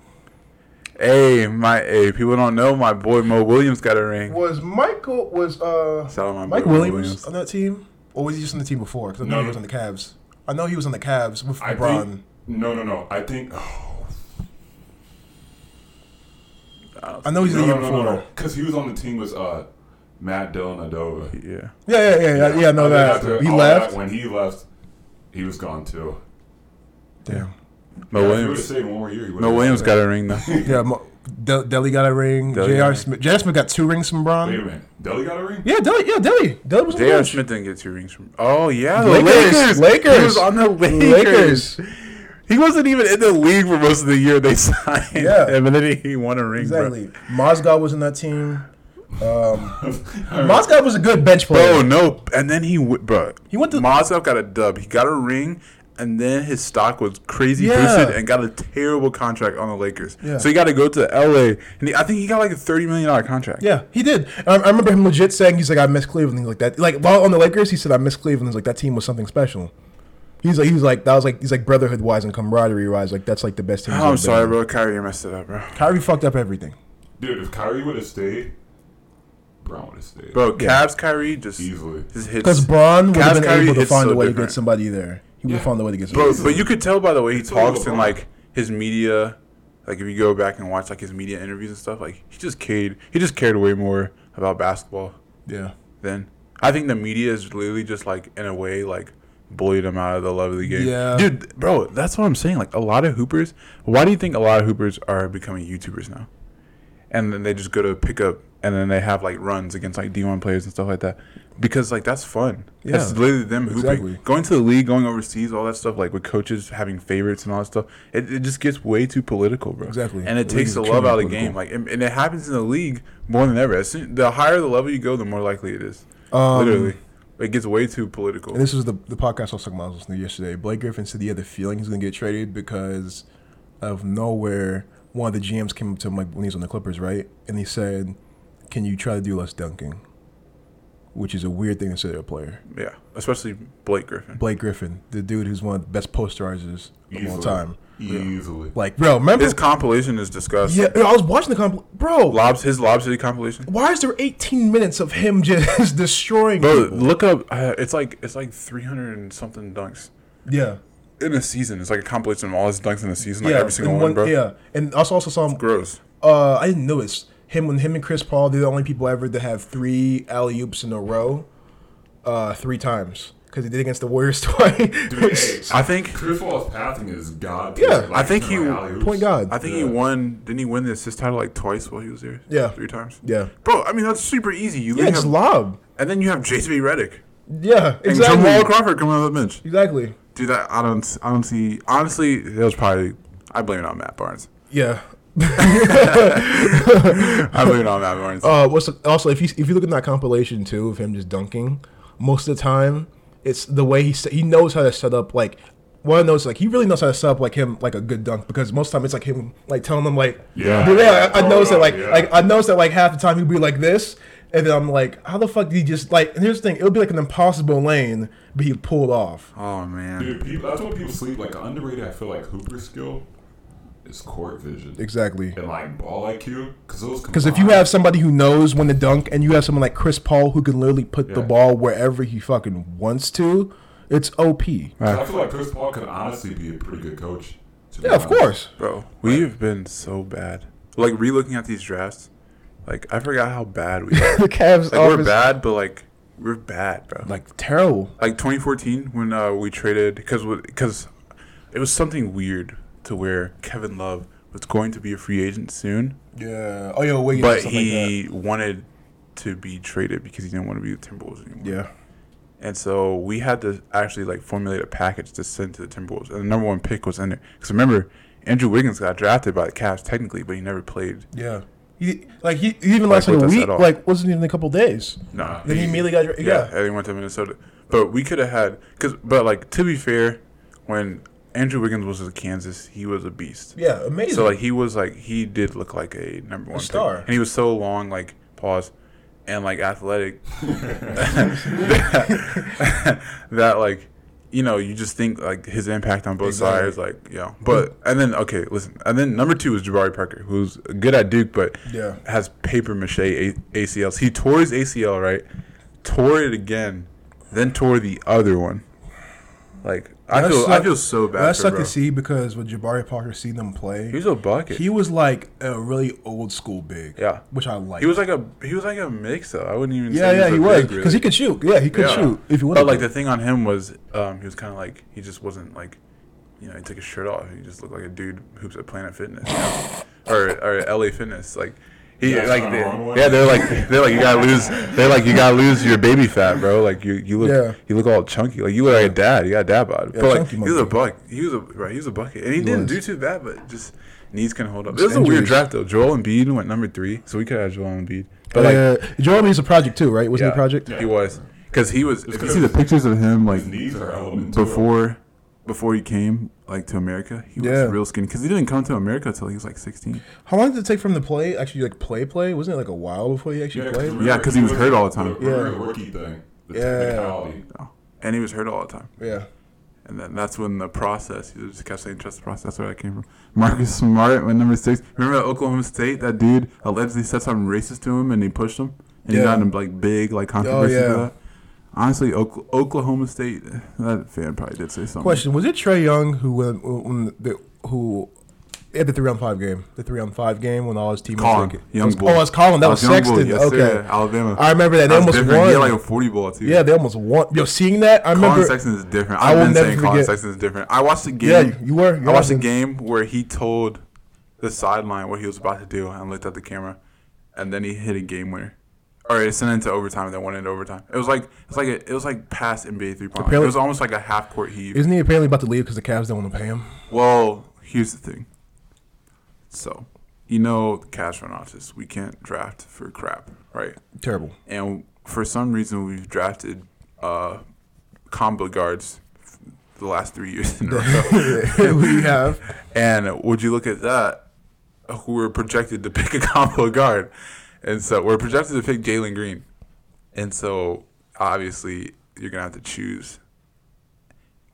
Hey, my hey, people don't know my boy Mo Williams got a ring.
Was Michael was uh
Shout out my
Mike
boy
Williams, on that team, or was he just on the team before? Because I know
No.
he was on the Cavs. I know he was on the Cavs with
I
LeBron.
think. No, no, no. I think. Oh,
I know he's
no,
on the
no,
year
no,
before.
Because he was on the team with uh, Matt Dillon Adova.
Uh, Yeah.
Yeah, yeah, yeah, yeah. yeah I know
And then
that.
after
He
all that,
left.
when he left, he was gone too.
Damn.
Mo
yeah, If he would have
Williams.
stayed one more year, he would
Mo Williams got a ring though.
Yeah, Mo- De- Deli got a ring.
Deli got a
J.R.
ring.
Smith. J.R. Smith got two rings from
Wait a
Bron.
minute. Deli got a ring.
Yeah, Deli. Yeah, Deli. Deli was on the
J.R.
bench.
Smith didn't get two rings from. Oh yeah, the Lakers.
Lakers, Lakers.
He was on the Lakers.
Lakers.
He wasn't even in the league for most of the year. They signed
Yeah.
him, and then he won a ring. bro.
Exactly. Mozgov was in that team. Um,
I remember-
Mozgov was a good bench player.
Bro, no, and then he w- bro.
He went to-
Mozgov got a dub. He got a ring, and then his stock was crazy
Yeah.
boosted and got a terrible contract on the Lakers.
Yeah.
So he got to go to L.A. and he, I think he got like a thirty million dollar contract.
Yeah, he did. I, I remember him legit saying he's like, "I miss Cleveland." He's like that. Like while on the Lakers, he said, "I miss Cleveland." He's like that team was something special. He's like, he was like that was like he's like brotherhood wise and camaraderie wise. Like that's like the best team. he's
Oh, I'm
ever
sorry,
been
bro.
on.
Kyrie messed it up, bro.
Kyrie fucked up everything.
dude. If Kyrie would have stayed, Brown would have stayed
Bro,
Yeah.
Cavs Kyrie just
easily.
just hits.
Because Braun would
Cavs
have been
Kyrie
able to
is
find
so
a way to
different.
get somebody there. He would have
Yeah.
found a way to get somebody.
Bro, but you could tell by the way he
a little
talks and
LeBron.
like his media, like if you go back and watch like his media interviews and stuff, like he just cared. He just cared way more about basketball
yeah,
than I think the media is literally just like in a way like bullied him out of the love of the game.
Yeah.
dude, bro, that's what I'm saying. Like a lot of hoopers. Why do you think a lot of hoopers are becoming YouTubers now? And then they just go to pick up and then they have like runs against like D1 players and stuff like that. Because like that's fun. Yeah. That's
Yeah.
literally them hooping.
Exactly.
Going to the league, going overseas, all that stuff, like with coaches having favorites and all that stuff. It, it just gets way too political, bro.
Exactly.
And it
The
takes
league's
the love out of the
extremely
game. Like and, and it happens in the league more than ever. As soon, the higher the level you go, the more likely it is.
Um,
Literally. It gets way too political.
And this was the, the podcast I was talking about I was listening to yesterday. Blake Griffin said he had the feeling he's going to get traded because of nowhere. One of the GMs came up to him like, when he was on the Clippers, right? And he said, Can you try to do less dunking? Which is a weird thing to say to a player.
Yeah. Especially Blake Griffin.
Blake Griffin, the dude who's one of the best posterizers of all
Easily.
time.
Easily.
Like, bro, remember?
His compilation is disgusting.
yeah, I was watching the comp. Bro,
Lobs his Lob City compilation.
why is there 18 minutes of him just destroying
Bro,
people?
look up. Uh, it's like it's like 300 and something dunks
Yeah.
in a season. It's like a compilation of all his dunks in a season, like
yeah.
every single
and
one, bro.
Yeah. And I also, also saw him
Gross.
uh, I didn't notice him when him and Chris Paul. They're the only people ever to have three alley oops in a row, uh, three times because he did against the Warriors twice.
Dude, hey,
I think
Chris Paul's passing is god.
Yeah,
I think he-
Point guard.
I think he
Yeah.
won. Didn't he win the assist title like twice while he was there?
Yeah.
three times.
yeah,
Bro, I mean that's super easy. You
yeah,
literally
just
have-
lob.
and then you have JTB Reddick
Yeah,
and Jamal
exactly.
Crawford coming out of the bench.
Exactly.
Dude, that I don't, I don't see. Honestly, that was probably I blame it on Matt Barnes.
Yeah.
I blame it on Matt Barnes.
Uh, what's also if you if you look at that compilation too of him just dunking, most of the time it's the way he set, he knows how to set up like. One of those like he really knows how to set up like him like a good dunk because most of the time it's like him like telling them like
Yeah.
But yeah, I, I
Oh,
noticed that like
yeah.
like I noticed that like half the time he'd be like this, and then I'm like, how the fuck did he just like? And here's the thing, it would be like an impossible lane, but he'd pull it off.
oh man,
Dude, people, that's what people sleep. Like underrated, I feel like Hooper skill is court vision
Exactly.
and like ball IQ. Because those
Because if you have somebody who knows when to dunk, and you have someone like Chris Paul who can literally put the
Yeah.
ball wherever he fucking wants to, it's OP. Yeah,
'Cause I feel like Chris Paul could honestly be a pretty good coach. to be
of
honest.
course.
bro, we've been so bad. Like relooking at these drafts, like I forgot how bad we are.
The
like
Cavs
we're
offense-
bad, but like we're bad, bro.
Like terrible.
like 2014 when uh, we traded because because It was something weird to where Kevin Love was going to be a free agent soon,
Yeah. Oh, yo, Wiggins.
but
something like that.
he wanted to be traded because he didn't want to be with Timberwolves anymore.
Yeah.
And so we had to actually like formulate a package to send to the Timberwolves, and the number one pick was in there. Because remember, Andrew Wiggins got drafted by the Cavs technically, but he never played.
Yeah. He, like he, he even
Like,
lasted
with
a
us
week.
at all.
Like wasn't even a couple days.
No,
Then he immediately got dra- yeah.
and he went to Minnesota. But we could have had because, but like to be fair, when Andrew Wiggins was with Kansas, he was a beast.
Yeah, amazing.
So like he was like he did look like a number one pick.
star.
and he was so long like pause, and like athletic, that, that, like you know you just think like his impact on both
Exactly.
sides like yeah. But and then okay listen and then number two is Jabari Parker who's good at Duke but
Yeah.
has paper mache a- ACLs. He tore his ACL right, tore it again, then tore the other one. Like I
That
feel I
sucked-
feel so bad.
That
for
sucked
bro.
to see because with Jabari Parker, seeing them play,
He was a bucket.
he was like a really old school big.
Yeah.
which I like.
He was like a he was like a mix though. I wouldn't even.
yeah,
say
yeah, he
a
was
big,
because
really.
he could shoot. Yeah, he could
Yeah.
shoot if he wanted.
But like
to.
the thing on him was, um, he was kind of like he just wasn't like, you know, he took his shirt off. He just looked like a dude who's at Planet Fitness, you know? or or LA Fitness. Like he
That's
like
not
they-
wrong one.
yeah, they're like they're like you gotta lose they're like you gotta lose your baby fat, bro. Like you you look
Yeah.
you look all chunky. Like you look like a dad. You got a dad bod.
Yeah,
but like
chunky
he was a
motherfucker.
buck. He was a right. He was a bucket, and he, didn't
was.
do too bad, but just. Knees can hold up. It
Just
was a weird
injuries.
draft though. Joel Embiid went number three, so we could have Joel Embiid. But
but
like,
uh, Jeremy's a project too, right? Wasn't he a project?
he was because he was. If you
good.
see the pictures of him, like
His knees are elemental.
before, before he came like to America, he was
Yeah.
real skinny because he didn't come to America until he was like sixteen.
How long did it take for him to play? Actually, like play, play. Wasn't it like a while before he actually
Yeah,
played?
remember-
Yeah, 'cause he was hurt all the time.
remember the rookie thing. The
Yeah.
technicality.
Oh. And he was hurt all the time.
Yeah,
And then that's when the process. He just kept saying trust the process. That's where that came from. Marcus Smart went number six. Remember at Oklahoma State, that dude allegedly said something racist to him, and he pushed him, and
Yeah. Oh,
he got in like big like controversy
yeah.
for that. Honestly, Ok- Oklahoma State, that fan probably did say something.
Question: Was it Trey Young who went when the, who at the three on five game, the three on five game when all his teammates?
Colin,
like,
young
was,
bull.
oh, it's Colin. That
Oh,
was,
young bull,
Sexton.
yes,
okay,
sir, Alabama.
I remember that. They
That's
almost
different.
won.
He had like a forty ball too.
yeah, they almost won. Yo, seeing that, I
Colin
remember.
Sexton is different.
I
I've
will
been
never
saying Colin
forget-
Sexton is different. I watched the game.
Yeah, you- you were.
I watched the
You're-
game where he told the sideline what he was about to do and looked at the camera, and then he hit a game winner. Or it sent into overtime and then went into overtime. It was like it's like a, it was like past NBA three point. line. It
Apparently-
was almost like a half court heave.
Isn't he apparently about to leave because the Cavs don't want to pay him?
Well, here's the thing. So, you know, the Cavs front office, we can't draft for crap, right?
Terrible.
and for some reason we've drafted uh, combo guards f- the last three years in a row.
we have.
and would you look at that? Who were projected to pick a combo guard, and so we're projected to pick Jalen Green, and so obviously you're gonna have to choose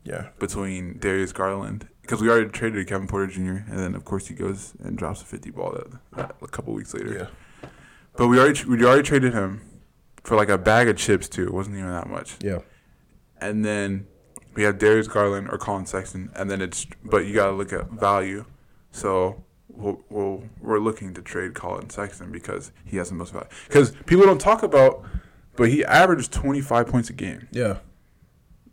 Yeah.
between Darius Garland because we already traded Kevin Porter Jr. and then of course he goes and drops a 50 ball that, that a couple weeks later.
Yeah.
But we already we already traded him for like a bag of chips too. It wasn't even that much.
Yeah.
And then we have Darius Garland or Colin Sexton, and then it's but you gotta look at value. So we'll, we'll, we're looking to trade Colin Sexton because he has the most value. Because people don't talk about, but he averaged 25 points a game
Yeah.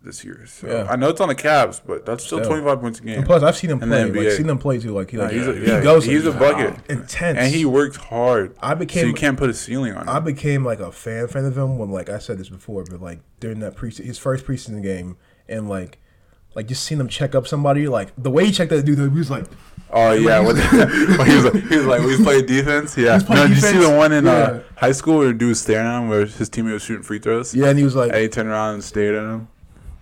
this year. So
Yeah.
I know it's on the Cavs, but that's still
Still.
25 points a game.
And plus, I've seen him
And the
play. Like,
NBA.
seen him play too. Like he, like,
he's a,
he
yeah,
goes.
he's a
like,
bucket.
intense.
And he works hard.
I
so
became-
you can't put a ceiling on him.
I became like a fan fan of him when like I said this before, but like during that pre his first preseason game and like like just seeing him check up somebody like the way he checked that dude, he was like
Oh yeah, when, when he was like, he was like, we was playing defense. Yeah,
He's playing
no, did you see
defense?
the one in uh,
Yeah.
high school where the dude was staring at him, where his teammate was shooting free throws?
yeah, and he was like
and he turned around and stared at him.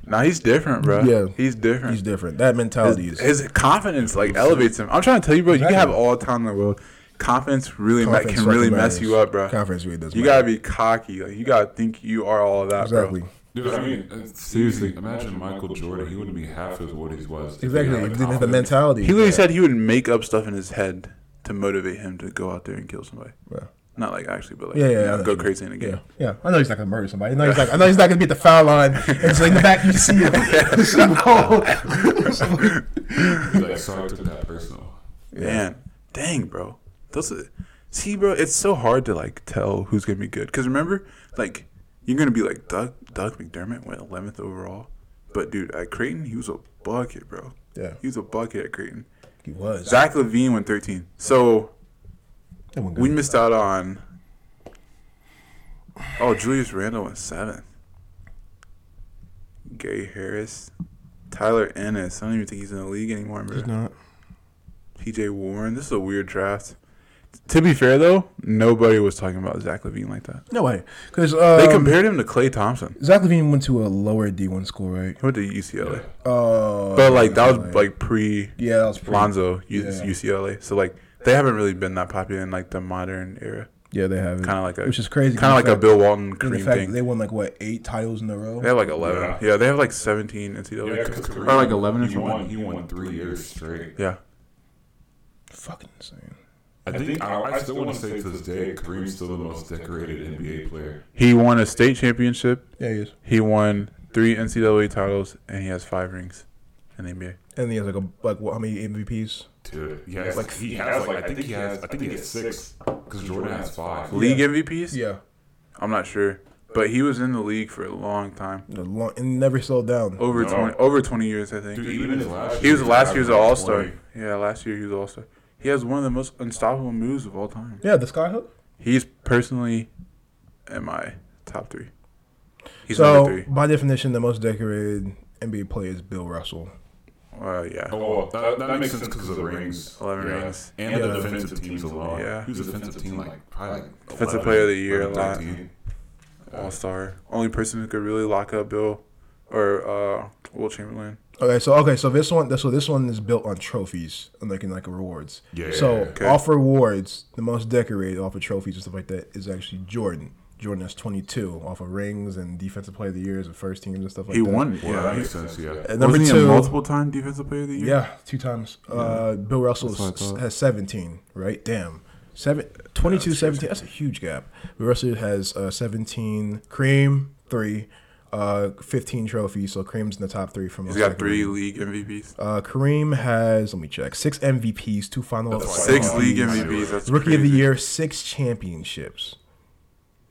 Nah, he's different, bro.
Yeah.
he's different.
he's different. That mentality is
His confidence like elevates him. I'm trying to tell you, bro. You can
Exactly.
have all the time in the world. Confidence really me-
confidence
can really
fucking
mess
matters.
you up, bro.
Confidence really does.
You
matter.
gotta be cocky. Like you gotta think you are all of that,
exactly.
bro.
Dude, I mean, uh, seriously, imagine Michael Jordan. He wouldn't be half as what he was. if he
Exactly.
had
He didn't have the
confidence.
mentality.
He literally said he would make up stuff in his head to motivate him to go out there and kill somebody.
Yeah.
Not like actually, but like
Yeah, yeah,
you
yeah,
know,
I know
go
what you
crazy in a game.
Yeah. yeah, I know he's not gonna murder somebody. I know he's like, I know he's not gonna be at the foul line. And it's like in the back you see him. You see him go.
He's like, sorry, I took that personal.
Man, dang, bro. Those are, see, bro, it's so hard to like tell who's gonna be good. Cause remember, like you're gonna be like Doug Doug McDermott went 11th overall, but dude, at Creighton he was a bucket, bro.
Yeah,
He was a bucket at Creighton.
he was.
Zach Levine went 13. So
That one good.
we missed out on. Oh, Julius Randle went seventh. Gary Harris, Tyler Ennis. I don't even think he's in the league anymore. bro.
He's not.
PJ Warren. This is a weird draft. To be fair though, nobody was talking about Zach Levine like that.
No way. Because
They
um,
compared him to Clay Thompson.
Zach Levine went to a lower D1 school, right?
He went to UCLA,
Uh,
but like that was like pre
yeah, that was pretty,
Lonzo U-
Yeah.
UCLA. So like they haven't really been that popular in like the modern era.
Yeah, they have it,
Kind of like a
which is crazy.
kind of like a Bill Walton
In the
Kareem
fact
thing.
that they won like what eight titles in a row.
They have like eleven. Yeah.
Yeah.
they have like seventeen NCAA.
Yeah,
Yeah,
'cause
or like
Kareem,
eleven if
he
you
won.
want.
He won three years straight.
Yeah,
Fucking insane.
I think I, I still want to say to this day, Kareem's still the most decorated NBA player.
he won a state championship.
Yeah, he is.
He won three NCAA titles, and he has five rings in the NBA.
And he has like a like what, how many MVPs?
Dude, he has like he has like I think he has I think he has six because Jordan has five.
League MVPs?
Yeah,
I'm not sure, but he was in the league for a long time.
The long, and never slowed down.
Over
No.
twenty, over twenty years, I think.
Dude, even his last
he was last year's
averaged
All Star.
20.
Yeah, last year he was All Star. He has one of the most unstoppable moves of all time.
Yeah, the sky hook.
He's personally in my top three. He's
so
number three.
by definition, the most decorated NBA player is Bill Russell.
Uh, yeah.
Oh, well, that, that, makes sense because of the rings.
11
yeah.
rings.
And
Yeah.
the defensive teams alone.
Yeah.
He was defensive team, like, probably like
Defensive
11,
player of the year,
11,
a lot.
13.
All star. Only person who could really lock up Bill or uh, Will Chamberlain.
Okay, so okay, so this one, so this one is built on trophies and like in like rewards.
Yeah,
So
okay.
off rewards, the most decorated off of trophies and stuff like that is actually Jordan. Jordan has 22 off of rings and defensive player of the years and first teams and stuff like
He
that.
won.
Well, that
Yeah.
makes sense, yeah.
And number
Wasn't he a
two,
multiple time defensive player of the year?
yeah, two times. Uh, Bill Russell
That's what I
s-
thought.
has 17, right? Damn. Seven, 22, 17. That's a huge gap. Bill Russell has uh, 17. Cream, three. Uh, 15 trophies. So Cream's in the top three from
He's got three league MVPs.
Uh, Kareem has, let me check, six MVPs, two final
That's
Four
Six
Oh,
league
he's-
MVPs. That's
rookie of the
crazy.
year, six championships.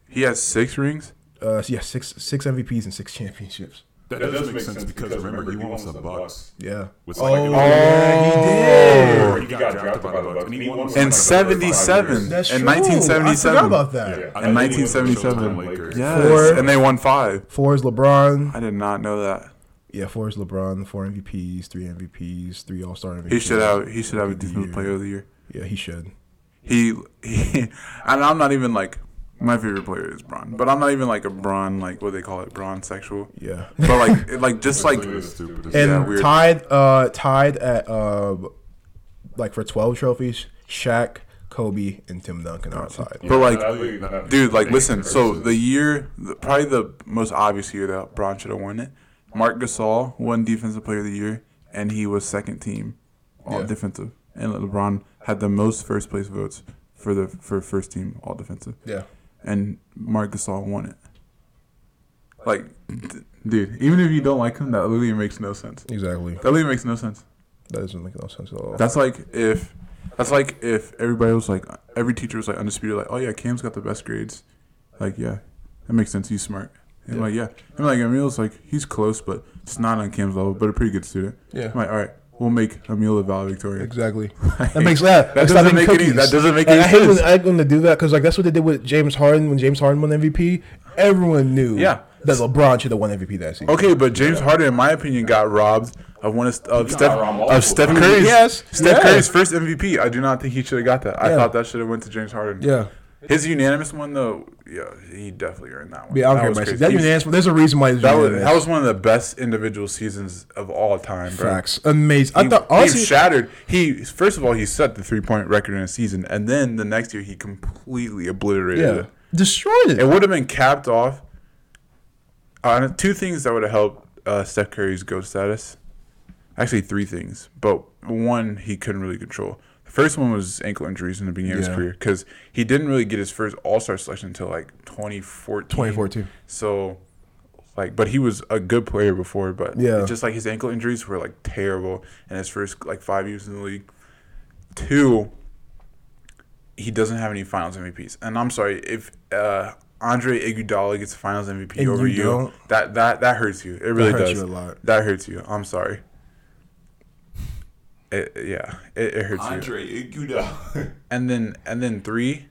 He has six rings.
Uh, so yeah, six six MVPs and six championships.
That, that does make sense because, remember, he won with the Bucks.
Yeah.
With like,
Oh,
it was-
yeah,
Oh.
He got drafted by the Bucks. And he won with,
In
like, the first five years.
77.
That's
in
true. I
1977.
forgot about that.
Yeah.
In
And then he went to the
1977.
Showtime Lakers.
Yes.
Four.
And they won five.
Four is LeBron.
I did not know that.
Yeah, four is LeBron. Four MVPs, three MVPs, three All Star MVPs.
He should have. He should have a
Rookie of the
defensive
year.
player of the year.
Yeah, he should.
He. he and I'm not even like. My favorite player is Braun, but I'm not even like a Braun, like what they call it, Braun sexual.
Yeah.
But like, it- like just like
It was stupid.
And
Yeah, weird.
tied, uh, tied at uh, like for twelve trophies, Shaq, Kobe, and Tim Duncan are tied.
But like,
I think that-
dude, like,
that
listen. So
comparison.
the year, the, probably the most obvious year that Braun should have won it. Mark Gasol won Defensive Player of the Year, and he was second team all
Yeah.
defensive. And LeBron had the most first place votes for the for first team all defensive,
Yeah.
and Mark Gasol won it. Like, d- dude, even if you don't like him, that literally makes no sense.
Exactly.
That literally makes no sense.
That doesn't make no sense at all.
That's like if that's like if everybody was like every teacher was like undisputed like oh yeah Cam's got the best grades, like yeah that makes sense he's smart and
Yeah.
like yeah and like Emil's like he's close but it's not on Cam's level but a pretty good student.
Yeah.
I'm like all right we'll make Emil the valedictory.
Exactly. That makes
That
that. that's
doesn't
having
make any-
cookies.
that doesn't make
Like,
any
I hate
sense.
When, I hate when they do that because like that's what they did with James Harden when James Harden won MVP. Everyone knew.
Yeah.
That LeBron should have won MVP that season.
Okay, but James Harden, in my opinion, got robbed of one of, of
got
Steph
robbed
of
multiple
Steph
times.
Curry's
Yes,
Steph
yes.
Curry's first MVP. I do not think he should have got that. I
Yeah.
thought that should have went to James Harden.
Yeah.
his unanimous one though. Yeah, he definitely earned that one.
Yeah, I don't
That
care
was
about
crazy.
that.
He's-
Unanimous, there's a reason why.
That was, that was one of the best individual seasons of all time, bro.
facts. Amazing.
He,
I thought
he
honestly,
shattered. He first of all he set the three point record in a season, and then the next year he completely obliterated
yeah,
it.
destroyed it.
It would have been capped off. On two things that would have helped uh, Steph Curry's GOAT status. Actually, three things, but one he couldn't really control. The first one was ankle injuries in the beginning of
Yeah.
his career because he didn't really get his first All Star selection until like 2014.
2014.
So, like, but he was a good player before, but
Yeah.
it's just like his ankle injuries were like terrible in his first like five years in the league. Two, he doesn't have any Finals MVPs, and I'm sorry if uh, Andre Iguodala gets Finals MVP
And
over
you
you.
don't?
that that that hurts you. It really
hurts
does.
you a lot.
That hurts you. I'm sorry. it, yeah, it, it hurts you.
Andre Iguodala.
And then and then three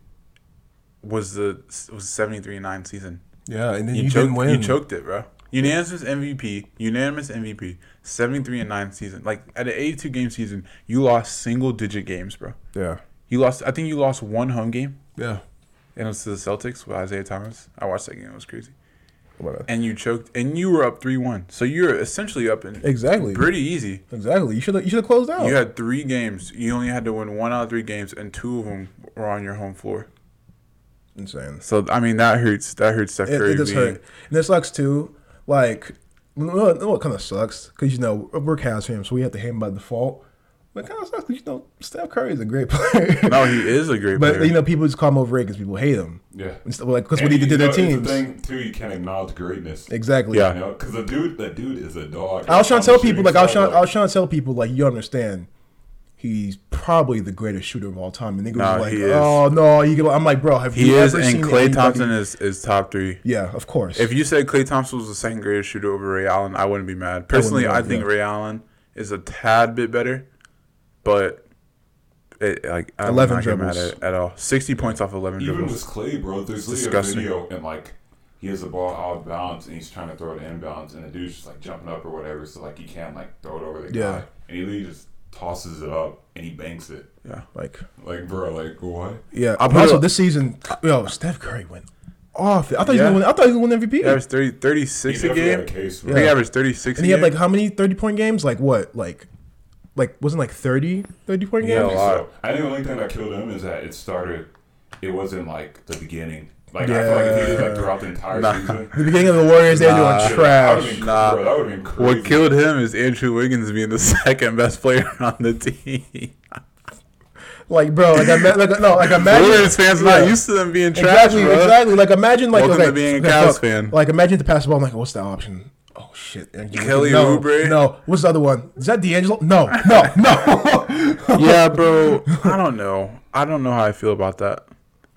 was the was seventy three nine season.
Yeah, and then
You,
you,
choked.
didn't win.
You choked it, bro. Unanimous MVP, unanimous MVP, seventy three and nine season. Like at an eighty two game season, you lost single digit games, bro.
Yeah,
You lost. I think you lost one home game,
yeah.
and it was to the Celtics with Isaiah Thomas. I watched that game; it was crazy.
Whatever.
And you choked, and you were up three one. So you're essentially up in
Exactly.
pretty easy.
Exactly. You should you should have closed out.
You had three games. You only had to win one out of three games, and two of them were on your home floor.
Insane.
So I mean, that hurts. That hurts Steph
It,
Curry.
it does
being-
hurt, and it sucks too. Like, you know, you know what kind of sucks? Because you know we're Cavs fans, so we have to hate him by default. But it kind of sucks because you know Steph Curry is a great player.
No, he is a great
but
player.
you know people just call him overrated because people hate him.
Yeah.
And stuff, like because
And
what he did
you
to their
know, it's
teams.
The thing too, you can't acknowledge greatness.
Exactly.
Yeah.
You know, because the dude, the dude is a dog.
I was trying to
I'm
tell
a shooting
people, like I was
star,
trying, I was trying to tell people, like you understand, he's probably the greatest shooter of all time. And niggas
Nah,
was like,
he is.
oh no, you can, I'm like, bro, have
he
you
is,
ever
and
seen
Clay
anybody-"
Thompson is is top three.
Yeah, of course.
If you said Clay Thompson was the second greatest shooter over Ray Allen, I wouldn't be mad. Personally,
be
I,
mad,
think
yeah.
Ray Allen is a tad bit better, but it, like I would
11
not get mad
dribbles.
at, at all. Sixty points off eleven
Even
dribbles.
with Clay, bro, there's literally a
disgusting.
video and like he has the ball out of bounds and he's trying to throw it inbounds and the dude's just like jumping up or whatever, so like he can't like throw it over the
Yeah.
guy and he literally just tosses it up and he banks it.
like,
Like bro, like what?
yeah.
I'll put
also,
up-
this season, yo, Steph Curry went off. I thought he was
Yeah.
gonna win. I thought he was gonna win MVP.
He averaged 30, 36
He
a
definitely
game.
had a case,
He
bro. Yeah.
averaged thirty six.
and he had like how many thirty point games? Like what? Like, like wasn't like 30, 30 point
Yeah,
games?
a lot.
So, I think the only thing that killed him is that it started. It wasn't like the beginning. Like I feel like if he did like throughout the entire
Nah.
season.
The beginning of the Warriors, they were
Nah.
doing
That
trash.
would've been-
Nah.
bro, that would have been crazy.
What killed him is Andrew Wiggins being the second best player on the team.
Like, bro, like, ima- like no, like imagine.
Warriors fans are not
Yeah.
used to them being trash,
Exactly,
bro.
exactly. Like imagine like
Welcome
okay,
to being a
okay,
Cavs
fuck.
fan.
Like imagine the pass the ball. I'm like, what's that option? Oh shit, And you-
Kelly
no,
Oubre?
No, what's the other one? Is that D'Angelo? No, no, no.
yeah, bro. I don't know. I don't know how I feel about that.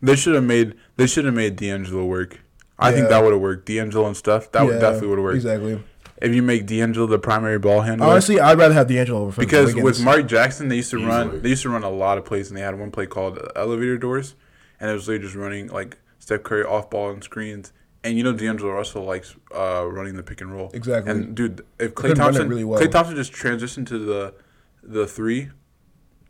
They should have made they should have made D'Angelo work. I think
Yeah.
that would have worked. D'Angelo and stuff that would
Yeah,
definitely would have worked.
Exactly.
If you make D'Angelo the primary ball handler,
Honestly, I'd rather have D'Angelo over fucking
because
Wiggins.
with Mark Jackson they used to run
Easily.
they used to run a lot of plays and they had one play called elevator doors, and it was literally just running like Steph Curry off ball and screens. And you know D'Angelo Russell likes uh, running the pick and roll.
Exactly.
And dude, if Clay
couldn't run it
Thompson
really well.
Clay Thompson just transitioned to the the three,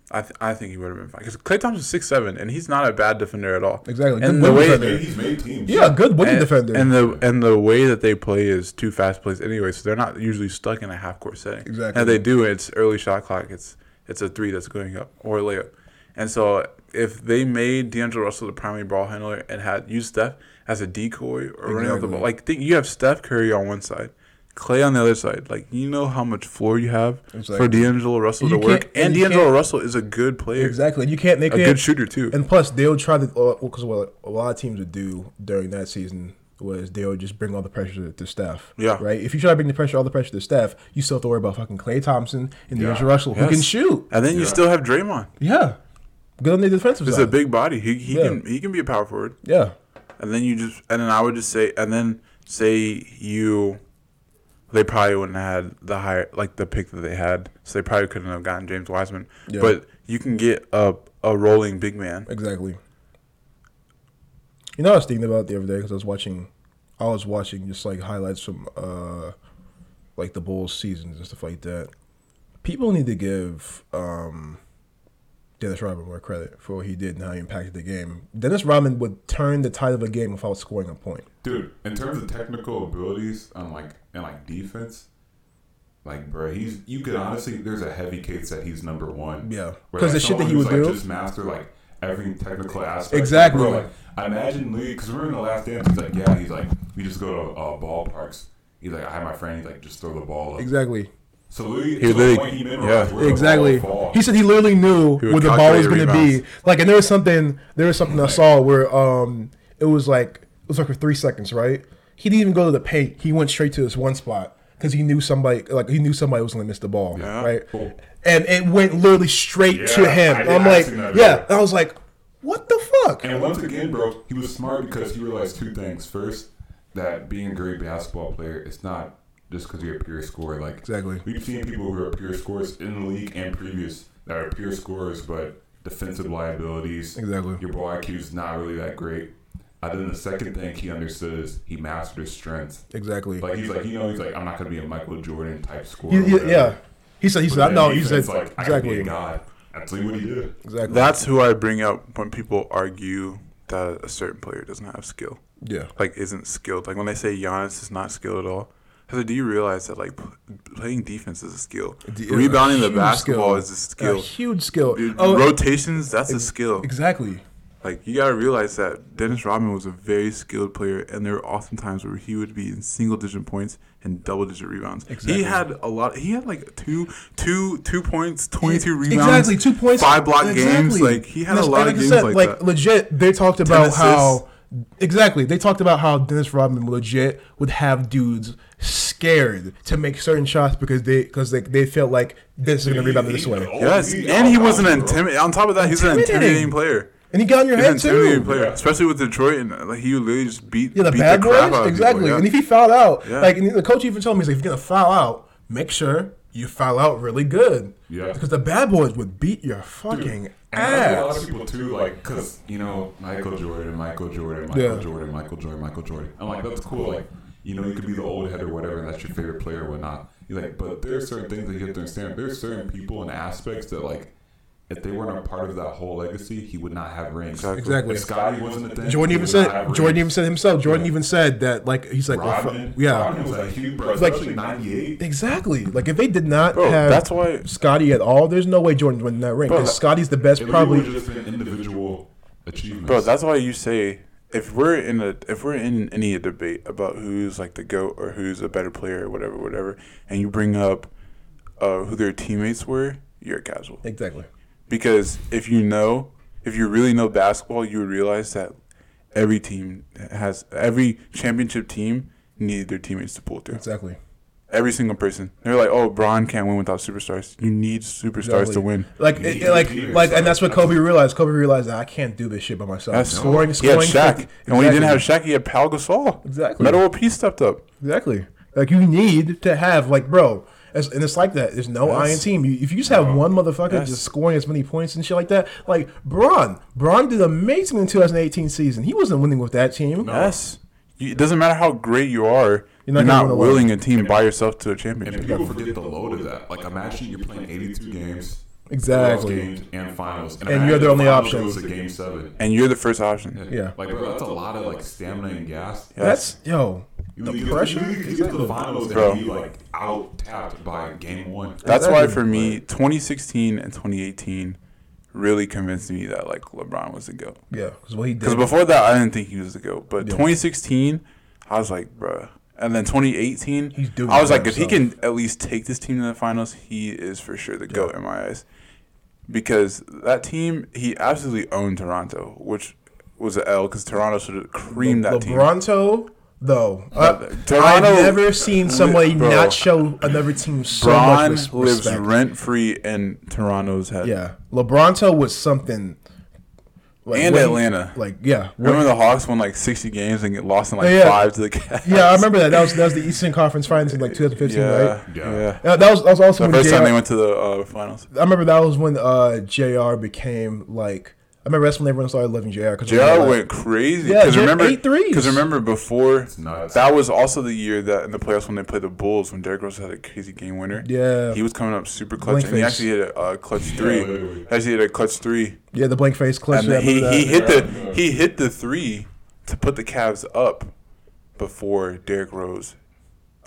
I th- I think he would have been fine because Clay Thompson's six seven and he's not a bad defender at all.
Exactly.
And
Good
the
wing
way
defender.
Hey, he's made teams.
yeah, good wing
and,
defender.
and the and the way that they play is two fast plays anyway, so they're not usually stuck in a half court setting.
Exactly.
And if they do, it's early shot clock. It's it's a three that's going up or a layup. And so if they made D'Angelo Russell the primary ball handler and had used Steph as a decoy or running off the
Exactly.
ball, like think you have Steph Curry on one side. Clay on the other side, like you know how much floor you have for
Exactly.
D'Angelo Russell
You
to work,
can't-
and
and you
D'Angelo
can't-
Russell is a good player,
exactly. And you can't. They
a
can't.
good shooter too.
And plus, they'll try to because what a lot of teams would do during that season was they'll just bring all the pressure to, to Steph.
Yeah.
Right. If you try to bring the pressure, all the pressure to Steph, you still have to worry about fucking Clay Thompson and
Yeah.
D'Angelo Russell who can
Yes.
shoot.
and then you still have Draymond.
Yeah. Good on the defensive
He's
side.
a big body. He he
Yeah.
can he can be a power forward.
yeah.
And then you just and then I would just say and then say you they probably wouldn't have had the higher like the pick that they had. So they probably couldn't have gotten James Wiseman.
Yeah.
But you can get a a rolling big man.
Exactly. You know, what I was thinking about it the other day because I was watching, I was watching just like highlights from uh, like the Bulls seasons and stuff like that. People need to give um, Dennis Rodman more credit for what he did and how he impacted the game. Dennis Rodman would turn the tide of a game without scoring a point.
Dude, in terms of technical abilities and like and like defense, like bro, he's you could honestly there's a heavy case that he's number one.
Yeah.
Where,
'Cause
like,
the shit that
someone
he
who's,
would
like,
do-
Just master like every technical aspect.
Exactly.
Like, bro, like, I imagine Lee, because remember in the last dance, he's like, yeah, he's like, we just go to uh, ballparks. He's like, I had my friend. He's like, just throw the ball. Up.
Exactly.
So Louis,
He
to
literally-
a point he memorized
yeah.
where the ball
Exactly.
would fall.
He said he literally knew
would
where the ball was
calculate
going to be.
rebounds.
Like, and there was something, there was something I saw where um, it was like it was like for three seconds, right? He didn't even go to the paint. He went straight to this one spot because he knew somebody, like he knew somebody was going to miss the ball,
Yeah.
right?
Cool.
And it went literally straight to
Yeah,
him.
I did-
I'm
I
like,
seen that
yeah.
video.
And I was like, what the fuck?
And once again, bro, he was smart because he realized two things. First, that being a great basketball player is not just because you're a pure scorer. Like
Exactly.
we've seen people who are pure scorers in the league and previous that are pure scorers, but defensive liabilities.
Exactly.
Your ball IQ is not really that great. And then the second thing he understood is he mastered his strengths.
Exactly.
Like he's like, you know, he's like, I'm not gonna be a Michael Jordan type scorer.
He- he-
whatever.
yeah. He said. He
But
said.
then
No. He
defense,
said.
like, I uh, can be a
Exactly.
god. That's like what he did.
Exactly.
That's who I bring up when people argue that a certain player doesn't have skill,
yeah.
like isn't skilled. Like when they say Giannis is not skilled at all, I said, do you realize that like p- playing defense is a skill?
D- uh,
Rebounding the
huge
basketball
skill.
is a
A
skill.
huge skill.
Dude,
oh,
rotations, that's a skill.
exactly.
Like you gotta realize that Dennis Rodman was a very skilled player, and there were often times where he would be in single-digit points and double-digit rebounds. He
Exactly.
had a lot. He had like two, two, two points, twenty-two rebounds,
Exactly. Two points.
five block games.
exactly.
Like he had
And
a
it's-
lot
and
of games
I said,
like,
like
that.
legit, they talked about
assists.
how exactly they talked about how Dennis Rodman legit would have dudes scared to make certain shots because they because they, they felt like this is gonna rebound this way,
yes, and he was an intimidating. On top of that, he's an
Intimidating.
intimidating player.
and he got in your
He's an
head
intimidating
too.
player,
Yeah.
especially with Detroit, and uh, like he would literally just beat,
Yeah, the
beat
bad
the crap out
boys.
of
Exactly.
People, yeah.
And if he fouled out,
Yeah.
like and the coach even told me, he's like, if you're gonna foul out, make sure you foul out really good.
Yeah.
Because the bad boys would beat your fucking
And that's what a lot
ass.
of people too, like, cause you know Michael Jordan, Michael Jordan, Michael
Yeah.
Jordan, Michael Jordan, Michael Jordan. I'm like, that's cool. Like, you know, you could be the old head or whatever, and that's your favorite player or whatnot. You're like, but there are certain things that you have to understand. There are certain people and aspects that, like, if they weren't a part of that whole legacy, he would not have rings.
Exactly.
Exactly.
If Scotty wasn't a thing.
Jordan
he
even
would not have
said.
rings.
Jordan even said himself. Jordan
Yeah.
even said that. Like he's like, well, fu-
Rodman.
yeah,
Rodman was a huge bro,
Like-
especially '98.
exactly. Like if they did not
Bro,
have
that's why-
Scotty at all, there's no way Jordan's winning that ring.
Bro,
'Cause
that-
Scotty's the best,
It probably
probably.
would have just been individual achievements.
Bro, that's why you say if we're in a if we're in any debate about who's like the goat or who's a better player or whatever, whatever, and you bring up uh, who their teammates were, you're a casual.
exactly.
Because if you know, if you really know basketball, you would realize that every team has every championship team needed their teammates to pull through.
Exactly.
Every single person. They're like, oh, Braun can't win without superstars. You need superstars
Exactly.
to win.
Like, it, it- like,
Yeah.
like, and that's what Kobe realized. Kobe realized that I can't do this shit by myself.
That's
scoring,
He had
scoring.
Shaq,
fifty-
and when he didn't
Exactly.
have Shaq, he had Pal Gasol.
Exactly.
Metal P stepped up.
Exactly. Like you need to have like bro, it's, and it's like that. There's no iron team. You, if you just have one motherfucker
Yes.
just scoring as many points and shit like that, like Braun, Braun did amazing in 2018 season. He wasn't winning with that team.
Yes. You, it doesn't matter how great you are. You're not,
not gonna win alone.
willing a team by yourself to a
And
championship.
people forget the load of that. Like, imagine you're playing 82 games,
Exactly.
playoff games, and finals, and,
And you're the
imagine
only
finals
option.
goes to game seven.
And you're the first option.
Yeah.
Like, bro, that's a lot of like stamina and gas.
That's yo.
You
The
leave- you
pressure?
leave- You get to the finals
Bro.
and be like out tapped by game one.
That's why
Exactly.
for me, 2016 and 2018 really convinced me that like LeBron was the goat.
Yeah, because what he did.
Because before that, I didn't think he was the goat. But 2016, I was like, bruh. And then 2018,
He's doing
I was
it by
like, if he can at least take this team to the finals, he is for sure the goat in my eyes. Because that team, he absolutely owned Toronto, which was an L because Toronto should have creamed that team.
LeBronto though, uh,
Toronto-
I've never seen somebody
Bro.
not show another team so
Braun
much res-
lives
respect.
rent free in Toronto's head.
yeah, LeBronto was something. Like,
And
when he-
Atlanta.
like yeah,
Remember the Hawks won like 60 games and get lost in like
Yeah.
five to the Cavs?
yeah, I remember that. That was that was the Eastern Conference Finals in like 2015, right?
Yeah.
Yeah.
yeah.
Uh, that was that was also
The
when
first time
JR
they went to the uh, finals.
I remember that was when uh, Jr. became like. I remember that's when everyone started loving Jr. Because
JR went crazy.
Yeah,
Because
Jr.
remember,
eight threes.
Because remember before,
nuts.
that was also the year that in the playoffs when they played the Bulls, when Derrick Rose had a crazy game winner.
Yeah.
He was coming up super clutch,
Blank
and he
face.
actually hit a uh, clutch
literally.
three. Actually hit a clutch three,
yeah the blank face clutch.
and
yeah, I
then he,
remember
he
that.
hit
Yeah.
the he hit the three to put the Cavs up before Derrick Rose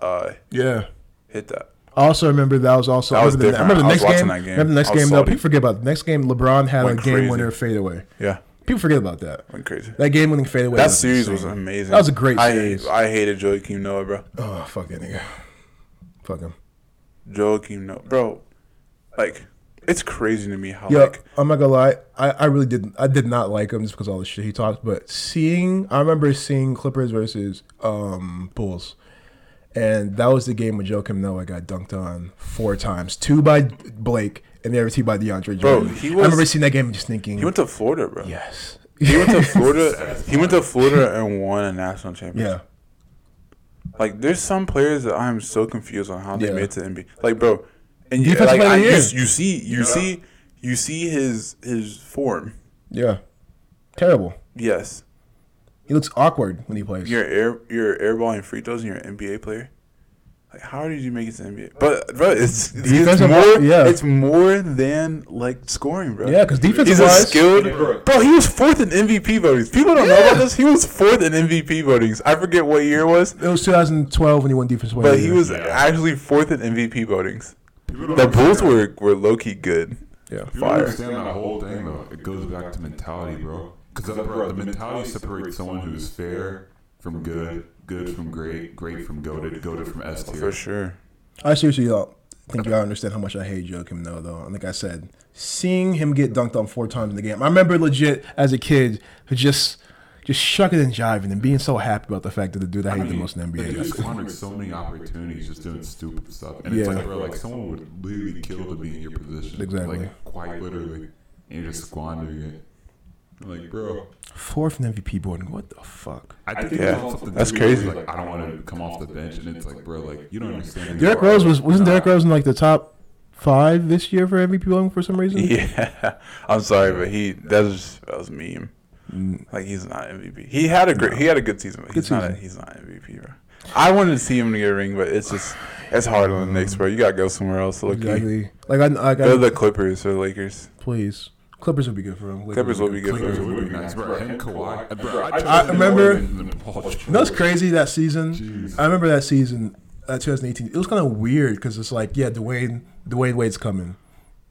uh,
yeah.
hit that.
I also remember that was also.
That
I
was
remember, the, I
different.
remember the
I
next
was watching
game.
that game.
Remember the next
I was
game though.
salty.
People forget about it. the next game. LeBron had
Went
a game
crazy.
winner fadeaway.
Yeah,
People forget about that.
went crazy.
That game winning fadeaway.
That series was
insane.
amazing.
That was a great
I,
series.
I hated Joakim Noah, bro.
Oh fuck that nigga. Fuck him.
Joakim Noah, bro. Like, it's crazy to me how
Yeah,
like
I'm not gonna lie. I, I really didn't. I did not like him just because of all the shit he talked. But seeing, I remember seeing Clippers versus um Bulls, and that was the game when Joakim Noah got dunked on four times, two by Blake and the other two by DeAndre Jordan.
Bro, he
I remember
was-
seeing that game and just thinking,
he went to Florida, bro.
yes,
He went to Florida. he went to Florida and won a national championship.
yeah,
Like, there's some players that I'm so confused on how they
Yeah.
made it to the NBA. Like, bro, and you,
Defensive
like,
player
I,
of the
you,
year.
you see, you
Yeah.
see, you see his his form.
Yeah. Terrible.
Yes,
He looks awkward when he plays.
you're air, you're airballing free throws, and you're an NBA player. Like, how did you make it to the NBA? But bro, it's it's, it's
Defensive-
more,
yeah.
it's more than like scoring, bro.
Yeah, because defensive
He's a
wise,
skilled
Yeah, bro.
bro. He was fourth in MVP votings. People don't know about
Yeah.
this. He was fourth in MVP votings. I forget what year it was,
it was 2012 when he won defensive player.
but
of the
he
year.
was
Yeah.
actually fourth in MVP votings.
People don't
The Bulls
understand-
were were low key good.
yeah.
People don't
fire.
understand that whole thing though. It goes back to mentality, bro. Because bro, the mentality separates someone who's fair from good, good from great, great from goaded, goaded from S tier.
For sure.
I seriously don't think y'all understand how much I hate Joe Kim though. though. Like I said, seeing him get dunked on four times in the game, I remember legit as a kid just just shucking and jiving and being so happy about the fact that the dude I hate the most in the
They
NBA.
just squandered so many opportunities just doing stupid stuff. And it's
Yeah.
like, bro, like someone would literally kill to be in your position.
Exactly.
Like, quite literally. And you're just squandering it. I'm like, bro,
Fourth in MVP board. What the fuck?
I think
Yeah.
there's also something
That's
to do with,
crazy.
Like, I don't want to come off the bench, and it's like, bro, like you don't understand. who
Derrick
you are.
Rose was wasn't
Nah.
Derrick Rose in like the top five this year for MVP voting for some reason?
Yeah, I'm sorry, but he that was that was meme. Like he's not MVP. He had a great, he had a good season, but he's not a,
Mm. season.
he's not MVP, bro. I wanted to see him to get a ring, but it's just it's hard on the Knicks, bro. You gotta go somewhere else. Look, exactly.
Exactly. Like I, like
they're
I
the Clippers or Lakers.
please. Clippers would be good for him. Lakers
Clippers will be good for
Clippers
him.
would be nice, bro. Him, Kawhi, bro. I,
I remember- You know what's
That's
crazy that season?
Jeez.
I remember that season, uh, 2018. It was kind of weird because it's like, yeah, Dwayne, Dwayne Wade's coming,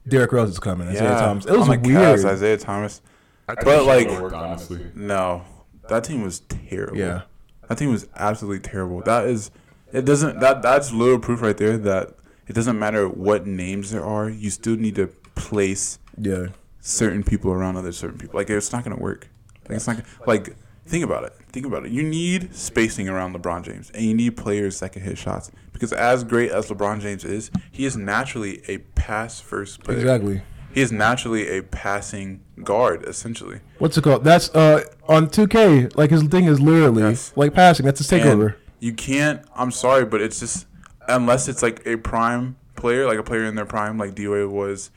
Derrick Rose is coming, Isaiah Thomas. It was
on the
weird.
Cavs, Oh Isaiah Thomas. But like,
honestly,
no, that team was terrible.
Yeah.
that team was absolutely terrible. That is, it doesn't that that's little proof right there that it doesn't matter what names there are, you still need to place
yeah,
certain people around other certain people. Like it's not gonna work. Like it's not gonna, like think about it. Think about it. You need spacing around LeBron James, and you need players that can hit shots. Because as great as LeBron James is, he is naturally a pass first player.
exactly.
He is naturally a passing guard, essentially.
What's it called? That's uh on 2K. Like his thing is literally
Yes.
like passing. That's his
And
takeover.
you can't. I'm sorry, but it's just unless it's like a prime player, like a player in their prime, like DOA was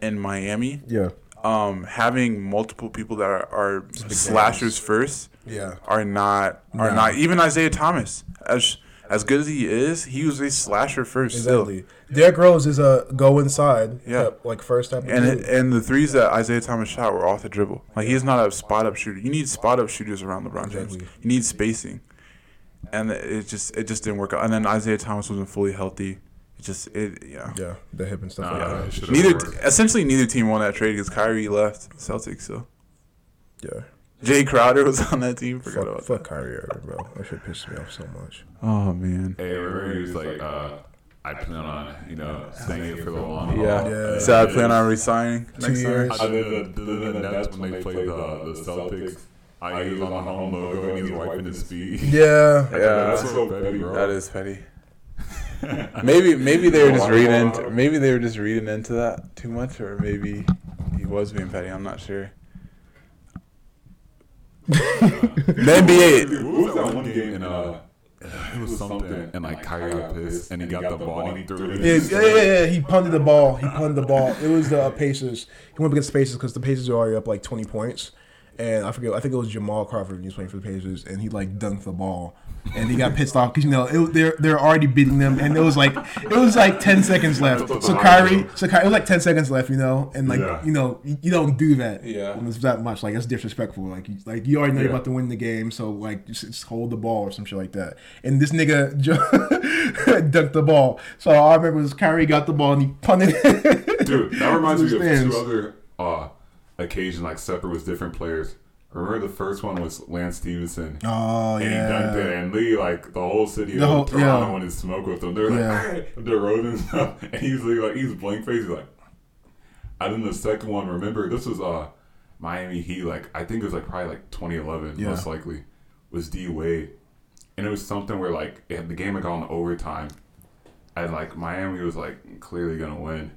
in Miami.
yeah,
um, having multiple people that are, are slashers first
Yeah.
are not are
No.
not even Isaiah Thomas as as good as he is he was a slasher first
exactly. Derrick Rose is a go inside.
Yeah.
type, like first type. of
still and
dude.
it, and the threes that Isaiah Thomas shot were off the dribble like he's not a spot up shooter you need spot up shooters around LeBron James
Exactly.
you need spacing and it just it just didn't work out and then Isaiah Thomas wasn't fully healthy it just it yeah,
yeah, the hip and stuff. like
Nah,
that.
it should've
neither
worked.
essentially neither team won that trade because Kyrie left Celtics so
Yeah,
Jay Crowder was on that team forgot
fuck,
about
fuck Kyrie Irving, bro. That shit pissed me off so much.
Oh man.
Hey, remember he was like, uh, I plan on, you know, staying here for the long haul.
Yeah.
Yeah.
So I plan on resigning
Two
next year.
years.
I did the, the, the, Nets when they played the, the Celtics. I, he was on the home logo and he was wiping his feet.
Yeah,
that's so petty, bro.
That is petty. maybe maybe they were just reading into, maybe they were just reading into that too much or maybe he was being petty, I'm not sure. the NBA
What was that one game in uh? It was something, and like Kyrie got pissed, and he got the ball, and he threw it. in
Yeah,
his
yeah, yeah, yeah. He punted the ball. He punted the ball. It was the uh, Pacers. He went up against the Pacers because the Pacers were already up like 20 points. And I forget. I think it was Jamal Crawford. He was playing for the Pacers, and he like dunked the ball, and he got pissed off because you know it, they're they're already beating them, and it was like it was like 10 seconds left. So Kyrie, so Kyrie, it was like 10 seconds left, you know, and like
Yeah.
you know you, you don't do that.
Yeah.
When it's that much, like that's disrespectful. Like you, like you already know you're
Yeah.
about to win the game, so like just, just hold the ball or some shit like that. And this nigga ju- dunked the ball. So all I remember was Kyrie got the ball and he punted. it.
Dude, that reminds me of
Understands.
two other uh, occasions, like separate with different players. Remember the first one was Lance Stevenson.
oh
And he dunked it,
yeah.
and Lee, like the whole city
The
of
whole-
Toronto
yeah.
wanted to smoke with him. They're like,
Yeah.
yeah. DeRozan and stuff, and he's like, like, he's blank faced. He's like, and then the second one, remember this was uh Miami Heat, like I think it was like probably like 2011,
Yeah.
most likely, was D Wade, and it was something where like it, the game had gone to overtime, and like Miami was like clearly gonna win,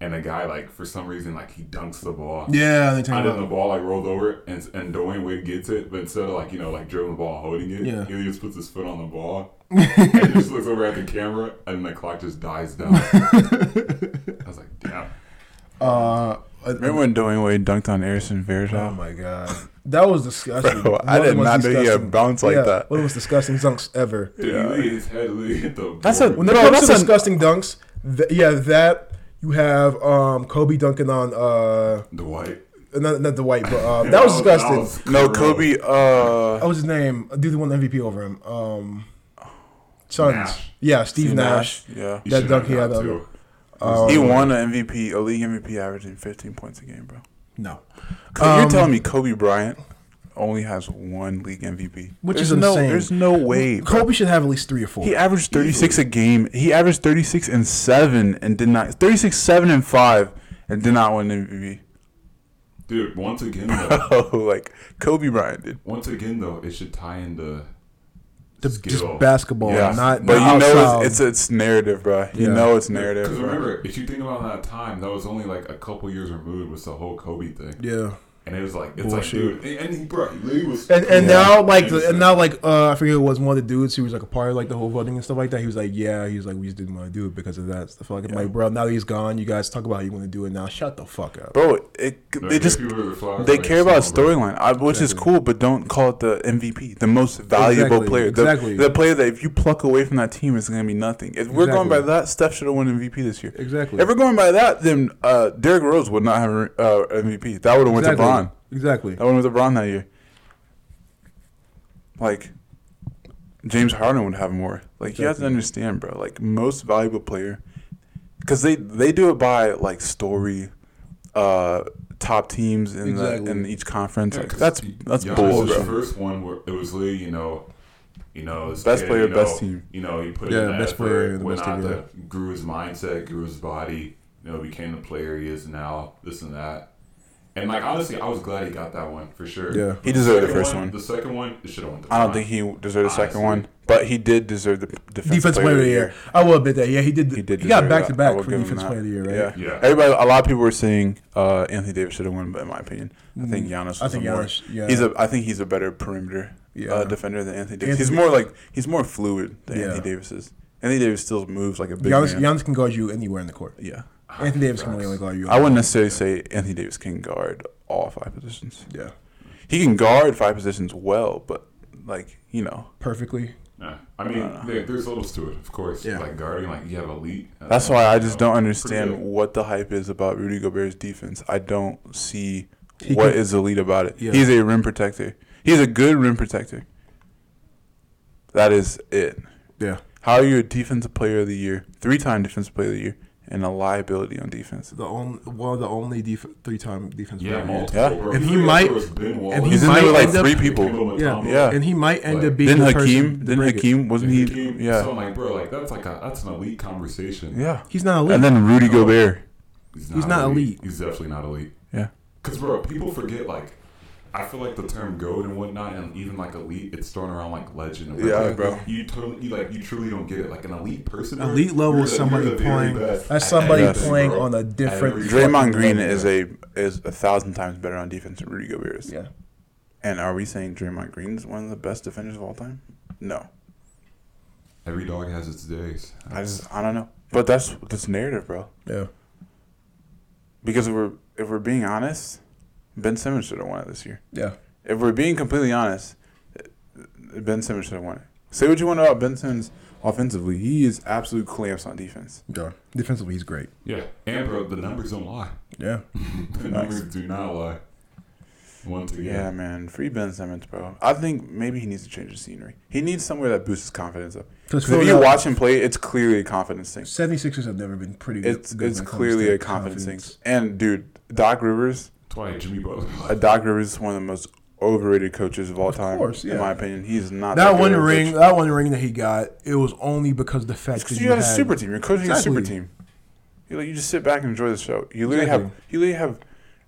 and a guy like for some reason like he dunks the ball.
Yeah, they
And
turned
then
it
the
up.
ball like rolls over, and and Dwayne Wade gets it, but instead of like you know like dribbling the ball, holding it,
Yeah.
he just puts his foot on the ball, and just looks over at the camera, and the clock just dies down. I was like, damn.
Uh,
Remember when Dwayne Wade dunked on Harrison
oh
Varejao?
my god, that was disgusting.
Bro, I
One of the
did
most
not think he had
disgusting-
bounce like
yeah,
that.
One of the most disgusting dunks ever.
Dude,
Yeah.
he laid his head literally hit the.
That's a-
board.
When it
Bro,
comes
that's
to
an-
disgusting dunks, th- yeah, that you have um, Kobe dunking on uh,
the white.
not, not the white, but uh, that was disgusting.
No,
gross.
Kobe. Uh,
what was Oh, his name? A Dude, that won MVP over him. Um, Sons.
Nash.
Yeah, Steve Nash. Oh,
Yeah.
He
That
should
dunk
have
he had
got
on
two.
him.
was
He
the-
won an MVP, a league MVP, averaging 15 points a game, bro.
No,
Co-
Um,
You're telling me Kobe Bryant only has one league MVP,
Which
there's
is
no,
insane.
There's no way. bro.
Kobe should have at least three or four.
He averaged 36 a game. He averaged 36 and seven and did not 36 seven and five and did not win MVP.
Dude, once again, though,
Oh, like Kobe Bryant did.
once again though, it should tie into
The- just
skill.
basketball,
Yeah,
not
but
not
you know
outside.
it's, it's it's narrative, bro. You
Yeah.
know it's
Because
narrative. bro.
remember, if you think about that time, that was only like a couple years removed was the whole Kobe thing,
yeah.
and it was like it's
Bullshit.
like dude, and he bro, he literally was
And, and
Yeah.
now like the, and now like uh, I forget who it was one of the dudes who was like a part of like the whole voting and stuff like that. He was like, yeah, he was like, we just didn't want to do it because of that stuff. Like, I'm like bro, now that he's gone, you guys talk about how you want to do it now. Shut the fuck up.
Bro, it they just they care about storyline, I- which is
Exactly.
cool, but don't call it the MVP, the most valuable
Exactly,
player, the,
exactly.
the player that if you pluck away from that team is going to be nothing. If we're going by
Exactly.
that, Steph should have won MVP this year.
Exactly.
If we're going by that, then uh, Derrick Rose would not have uh, MVP. That would have went
exactly.
to Bron.
Exactly.
That would have went to Bron that year. Like James Harden would have more. Like you have to
Exactly.
understand, bro. Like most valuable player, because they they do it by like story, uh, top teams in
Exactly.
the in each conference.
Yeah,
like,
'cause
that's that's
Giannis
bull,
was the
bro.
first one where it was literally you know, you know, this
Best
kid,
player,
you
best
know,
team.
You know, he put
Yeah,
in the
best
effort,
player, the
went
best
out
team,
there, grew his mindset, grew his body, you know, became the player he is now, this and that. And like honestly, I was glad he got that one for sure.
Yeah.
He deserved the
Second
first one.
The second one, it should have won.
I don't think he deserved the second
Honestly.
one, but he did deserve the defensive
Defense player of the year. I will admit that. Yeah, he did.
He did.
He got
deserve
back to
that. I
back
will
for
give him
defense
that.
player of the year, right?
Yeah.
Yeah.
Everybody, a lot of people were saying uh, Anthony Davis should have won, but in my opinion, I think Giannis.
Mm-hmm. I
was
think
a more,
Giannis, yeah.
He's a. I think he's a better perimeter
Yeah.
uh, defender than Anthony Davis. he's
Anthony-
more like he's more fluid than
Yeah.
Anthony Davis is. Anthony Davis still moves like a big
Giannis,
man.
Giannis can guard you anywhere in the court.
yeah,
Anthony Davis can only guard you.
I wouldn't necessarily say Anthony Davis can guard all five positions.
Yeah,
He can guard five positions well, but like you know,
perfectly.
Yeah. I mean, there, there's levels to it, of course.
Yeah.
Like guarding, like you have elite. uh, and
That's
then,
why I
you
just
know,
don't
pretty
understand
good.
what the hype is about Rudy Gobert's defense. I don't see
He
what
could-
is elite about it.
Yeah.
He's a rim protector. He's a good rim protector. That is it.
Yeah,
How are you a defensive player of the year, three-time defensive player of the year, and a liability on defense?
the only one of the only def- three time defense. player
Yeah,
of the
multiple.
Yeah.
Bro.
And he
Look at
might-
those Ben Wallace,
and he
He's in
might
there with like
end up-
three people.
year.
Kimbo
yeah.
Yeah.
and he might end
Like,
up being
Didn't
the person
Hakeem?
to
Didn't
break it.
Hakeem? Wasn't
He
he?
came, So I'm
Yeah.
like, bro, like that's like a that's an elite conversation.
Yeah.
He's not elite.
And then Rudy Gobert.
He's not elite.
He's definitely not elite.
Yeah.
Cause bro, people forget like. I feel like the term "goat" and whatnot, and even like elite, it's thrown around like legend. and
Yeah,
like,
bro.
You totally, you like, you truly don't get it. Like an elite person, bro,
elite level
you're
is
the-
somebody
you're the very
playing.
best
That's
at
somebody
everything,
playing
bro.
on a
At
different.
everything.
Draymond Green is a is a thousand times better on defense than Rudy Gobert is.
Yeah,
And are we saying Draymond Green is one of the best defenders of all time? No,
Every dog has its days.
I just I don't know. But that's this narrative, bro.
yeah.
Because if we're if we're being honest, Ben Simmons should have won it this year.
Yeah.
If we're being completely honest, Ben Simmons should have won it. Say what you want about Ben Simmons offensively, he is absolute clamps on defense.
Yeah. Defensively, he's great.
Yeah, and bro, the numbers don't lie.
Yeah.
the numbers do not lie. Once again,
Yeah, man, free Ben Simmons, bro. I think maybe he needs to change the scenery. He needs somewhere that boosts his confidence up.
Because
Because if you watch him play, it's clearly a confidence thing.
76ers have never been pretty good.
It's
good
it's
when it comes
clearly
to
a confidence thing. And dude, Doc Rivers,
twice Jimmy Butler.
Uh, Doc Rivers is one of the most overrated coaches of all time.
course, yeah.
In my opinion, he's not
That
good
one
of a
ring, uh,
coach.
that one ring that he got, it was only because of the fact
Because
that
you got a super team. You're coaching a super
Exactly.
team. You like, you just sit back and enjoy the show. You literally have
Exactly.
you literally have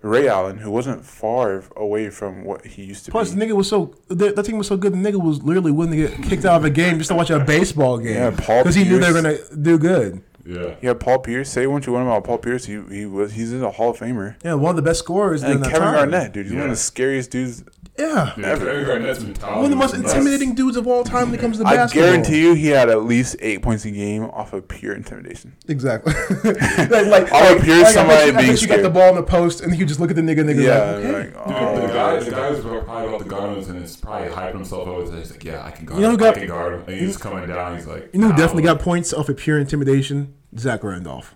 Ray Allen, who wasn't far away from what he used to
Plus,
be.
the nigga was so the, that team was so good. The nigga was literally willing to get kicked out of a game just to watch a baseball game.
Yeah, Paul
because he knew they were
Pierce.
gonna do good.
Yeah.
Yeah, Paul Pierce. Say what you want about Paul Pierce. He he was he's a Hall of Famer.
Yeah, one of the best scorers. during
And
that
Kevin
time.
Garnett, dude, he's one
Yeah.
of the scariest dudes.
Yeah.
Yeah, Kevin Garnett's been
One of the most
talented.
intimidating dudes of all time when it comes to
I
basketball.
guarantee you, he had at least eight points a game off of pure intimidation.
Exactly. like, like,
I'll appear
I bet
somebody
you, I bet
being
you got the
scared.
ball in the post, and you just look at the nigga, and the nigga,
Yeah,
like, okay.
like,
Dude,
oh,
uh, the
my
guy,
God.
the guy was probably about the guns and is probably hyping himself up with it. He's like, yeah, I can guard
You know
him.
who got-
I can guard him. And he's coming down. He's like,
you know, who
"Nah,
definitely
I'm
got points off of pure intimidation. Zach Randolph.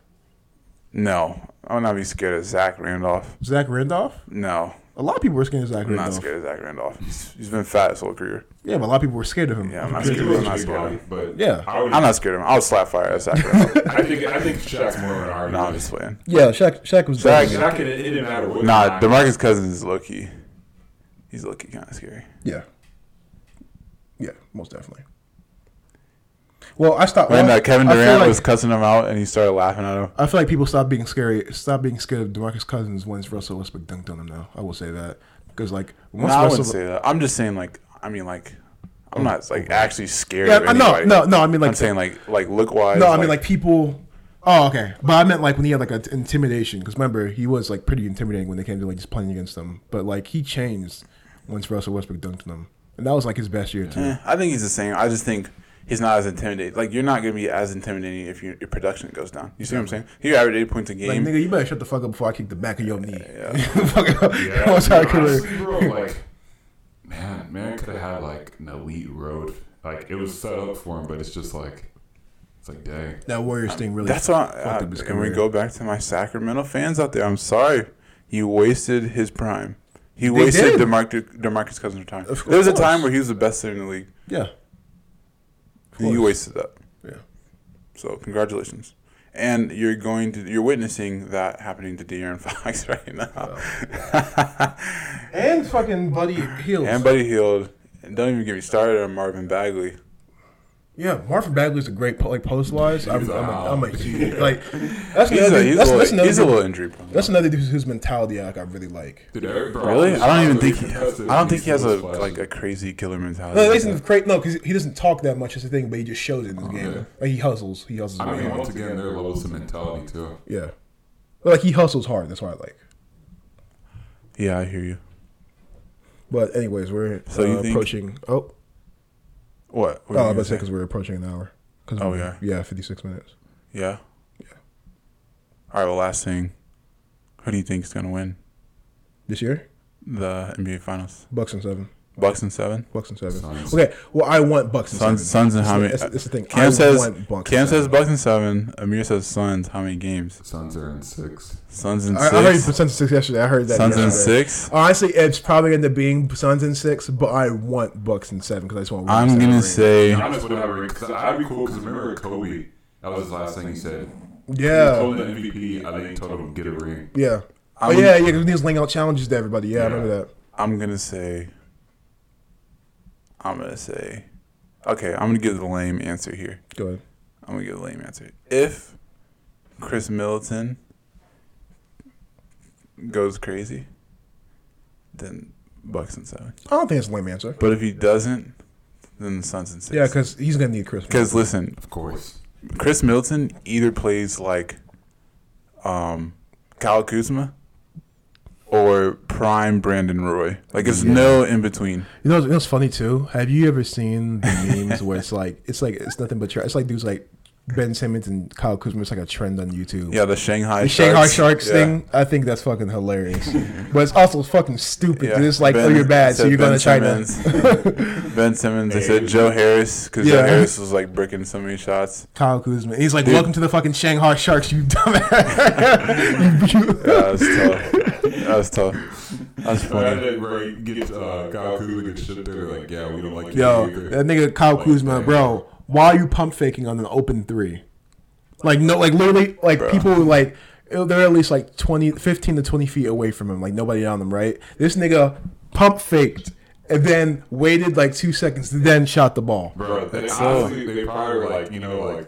no, I would not be scared of Zach Randolph.
Zach Randolph.
No,
A lot of people were scared of Zach
I'm not
Randolph.
scared of Zach Randolph. He's, he's been fat his whole career.
Yeah, but a lot of people were scared of him.
Yeah, I'm not
He
scared.
was
I'm not
big
scared.
body, but
Yeah.
I, would,
I'm not scared of him. I'll slap fire at Zach Randolph.
I think I think Shaq's more of an
no,
argument.
I'm just playing.
Yeah, Shaq, Shaq was
Shaq-
definitely-
Shaq, it, it didn't matter what.
Nah, Demarcus Cousins is low key. He's low key kind of scary.
Yeah. Yeah, most definitely. Well, I stopped.
When
well,
uh, Kevin
I feel
Durant
like-
was cussing him out and he started laughing at him.
I feel like people stop being scary, stop being scared of Demarcus Cousins once Russell Westbrook dunked on him. Now I will say that because like
No,
once
I
Russell,
wouldn't say that. I'm just saying like I mean like I'm not like actually scared.
yeah,
of
uh, no,
anybody.
no, no. I mean
I'm
like,
saying like like look wise.
no, I mean like people. Oh, okay, but I meant like when he had like an intimidation because remember he was like pretty intimidating when they came to like just playing against them. But like he changed once Russell Westbrook dunked on him, and that was like his best year too.
eh, I think he's the same. I just think he's not as intimidating. Like you're not gonna be as intimidating if your, your production goes down. You see what I'm saying? He averaged eight points a
Like
game.
nigga, you better shut the fuck up before I kick the back of your knee.
Yeah.
Fuck up.
Yeah,
What's our
dude,
career?
honestly, bro, like, man, man could have had like an elite road. Like it was set up for him, but it's just like, it's like, dang.
That Warriors thing really.
That's why.
fucked
Uh,
up his
and we
career.
go back to my Sacramento fans out there. I'm sorry, you wasted his prime. He
They
wasted
did.
DeMar- DeMarcus Cousins' time.
Of
There was a
course.
time where he was the best player in the league.
yeah.
And you wasted that.
Yeah.
So congratulations. And you're going to you're witnessing that happening to De'Aaron Fox right now.
And fucking Buddy Heels.
and Buddy Healed. And don't even get me started on Marvin Bagley.
yeah, Marvin Bagley's a great po- like post wise. I'm, I'm, a, I'm a huge like. That's
He's
another.
a,
dude-
he's a,
that's, that's
little,
another.
he's a
dude-
little injury prone.
that's another dude whose whose mentality like, I really like.
Dude, Eric Braun
Really?
was
I don't even
solid,
think he
but
has.
contested
I don't
when
think he has a
threw his
like a
flashes.
crazy killer
No,
mentality.
he's great. No, because he doesn't talk that much. Is the thing, but he just shows it
Oh,
in the game.
yeah.
Like, he hustles. He hustles.
I
in the
mean,
game.
once again, there are levels of mentality too.
yeah. But, like he hustles hard. That's what I like.
Yeah, I hear you.
But anyways, we're
So
uh,
you think-
approaching. Oh,
What? What
no,
were you
Oh, I was about
gonna
to say
say?
because we're approaching an hour. 'Cause
Oh,
we-
yeah.
Yeah, fifty-six minutes.
Yeah.
Yeah.
All right. Well, last thing. Who do you think is gonna win
This year,
the NBA Finals?
Bucks and seven.
Bucks and seven.
Bucks and seven.
Suns.
Okay. Well, I want Bucks and
Suns,
seven.
Suns, and how
It's-
many?
it's- it's the thing.
Cam
I
says.
want Bucks
Cam
and
says
seven.
Bucks and seven. Amir says Suns. How many games?
Suns are in six.
Suns and
I, I heard you
six.
put Suns and six yesterday. I heard that.
Suns and
yesterday.
six.
Honestly, it's probably going to be Suns and six, but I want Bucks and seven because I just want. Williams
I'm
to
gonna
have a ring.
say.
Giannis would have a ring because I'd be cool. Because remember Kobe, that was his last thing he said. He
Yeah.
told him the MVP. I think he told him get a ring.
Yeah. Oh
I'm-
yeah, yeah. 'cause He was laying out challenges to everybody. Yeah, I remember
Yeah.
that.
I'm gonna say. I'm gonna say. Okay, I'm gonna give the lame answer here.
Go ahead.
I'm gonna give a lame answer. If Chris Middleton goes crazy, then Bucks and seven.
I don't think it's a lame answer.
But if he doesn't, then the Suns and six.
Yeah, because he's gonna need Chris.
because listen,
Of course.
Chris Middleton either plays like um Kyle Kuzma or prime Brandon Roy. Like it's no in between.
You know, you know what's funny too? Have you ever seen the memes where it's like it's like it's nothing but trash? It's like dudes like Ben Simmons and Kyle Kuzma. It's like a trend on YouTube.
Yeah, the Shanghai
The
Sharks.
Shanghai Sharks
Yeah.
thing, I think that's fucking hilarious. but it's also fucking stupid.
Yeah.
'cause It's like, oh,
Ben-
you're bad, so
said
you're gonna
Ben
try
Simmons.
to.
Ben Simmons. They said Joe Harris because Joe
Yeah.
Harris was like bricking so many shots.
Kyle Kuzma. He's like, welcome to the fucking Shanghai Sharks, you dumbass. You- you-
Yeah, that was tough. That was tough. That was
Right,
funny.
that where he gets uh, Kyle Kuzma gets shit there. Like, yeah, we don't like you
Yo,
either.
that nigga Kyle
Like,
Kuzma,
man.
bro, why are you pump faking on an open three? Like, no, like, literally, like, people, like, they're at least, like, 20, 15 to 20 feet away from him. Like, nobody on them, right? This nigga pump faked and then waited, like, two seconds, then shot the ball.
Bro, they
That's so-
honestly, they probably were like, you know, like,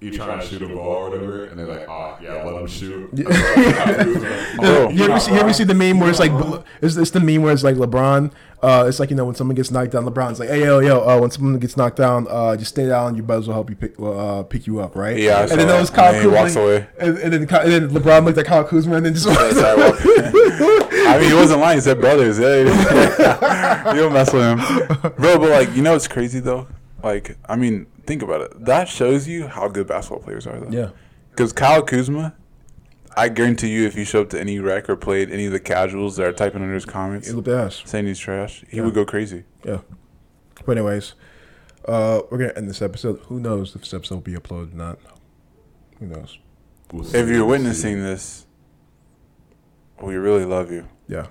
you trying to shoot a ball or whatever, and they're like, oh, yeah, let him shoot.
Yeah.
Oh.
you ever see, you ever see the meme where it's like it's, it's the meme where it's like LeBron. Uh, it's like you know when someone gets knocked down, LeBron's like, "Hey yo yo, uh, when someone gets knocked down, uh, just stay down. Your buds will help you pick uh, pick you up, right?"
Yeah, I
and
saw
then that was
that.
Kyle
And then he
Kuzma,
walks away.
And, and then Ky- and then LeBron looked at Kyle Kuzma and then just
That's how I walk. I mean, he wasn't lying. He said brothers. Hey. you don't mess with him, bro. But like, you know, it's crazy though. Like, I mean, think about it. That shows you how good basketball players are, though.
Yeah.
Because Kyle Kuzma, I guarantee you, if you show up to any rec or played any of the casuals that are typing under his comments
He looked ass.
saying he's trash, he would go crazy.
Yeah. But anyways, uh, we're gonna end this episode. Who knows if this episode will be uploaded or not? Who knows?
We'll see,
If you're
we'll
witnessing this, we really love you
Yeah.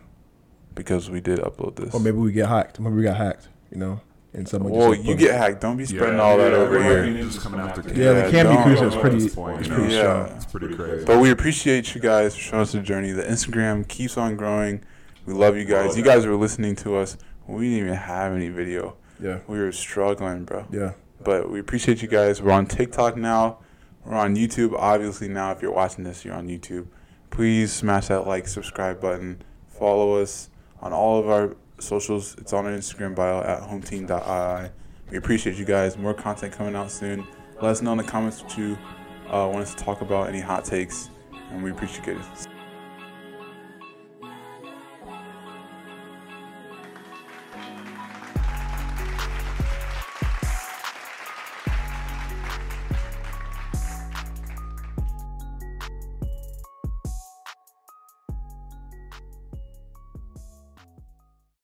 because we did upload this.
Or maybe we get hacked. Maybe we got hacked. You know, and someone.
Well,
just like,
you
put-
get hacked. Don't be
see.
spreading all that over
everyone
here.
you knew was coming after Cam.
Yeah,
Yeah,
the Cam
don't.
Kuzma is pretty.
It's pretty
It's pretty
Yeah.
strong.
It's pretty crazy.
But we appreciate you guys for showing us the journey. The Instagram keeps on growing. We love you guys. You guys were listening to us. when We didn't even have any video.
Yeah.
We were struggling, bro.
Yeah.
But we appreciate you guys. We're on TikTok now. We're on YouTube. Obviously, now, if you're watching this, you're on YouTube. Please smash that like, subscribe button. Follow us on all of our socials. It's on our Instagram bio at hometeam.ii. We appreciate you guys. More content coming out soon. Let us know in the comments what you uh, want us to talk about, any hot takes, and we appreciate it.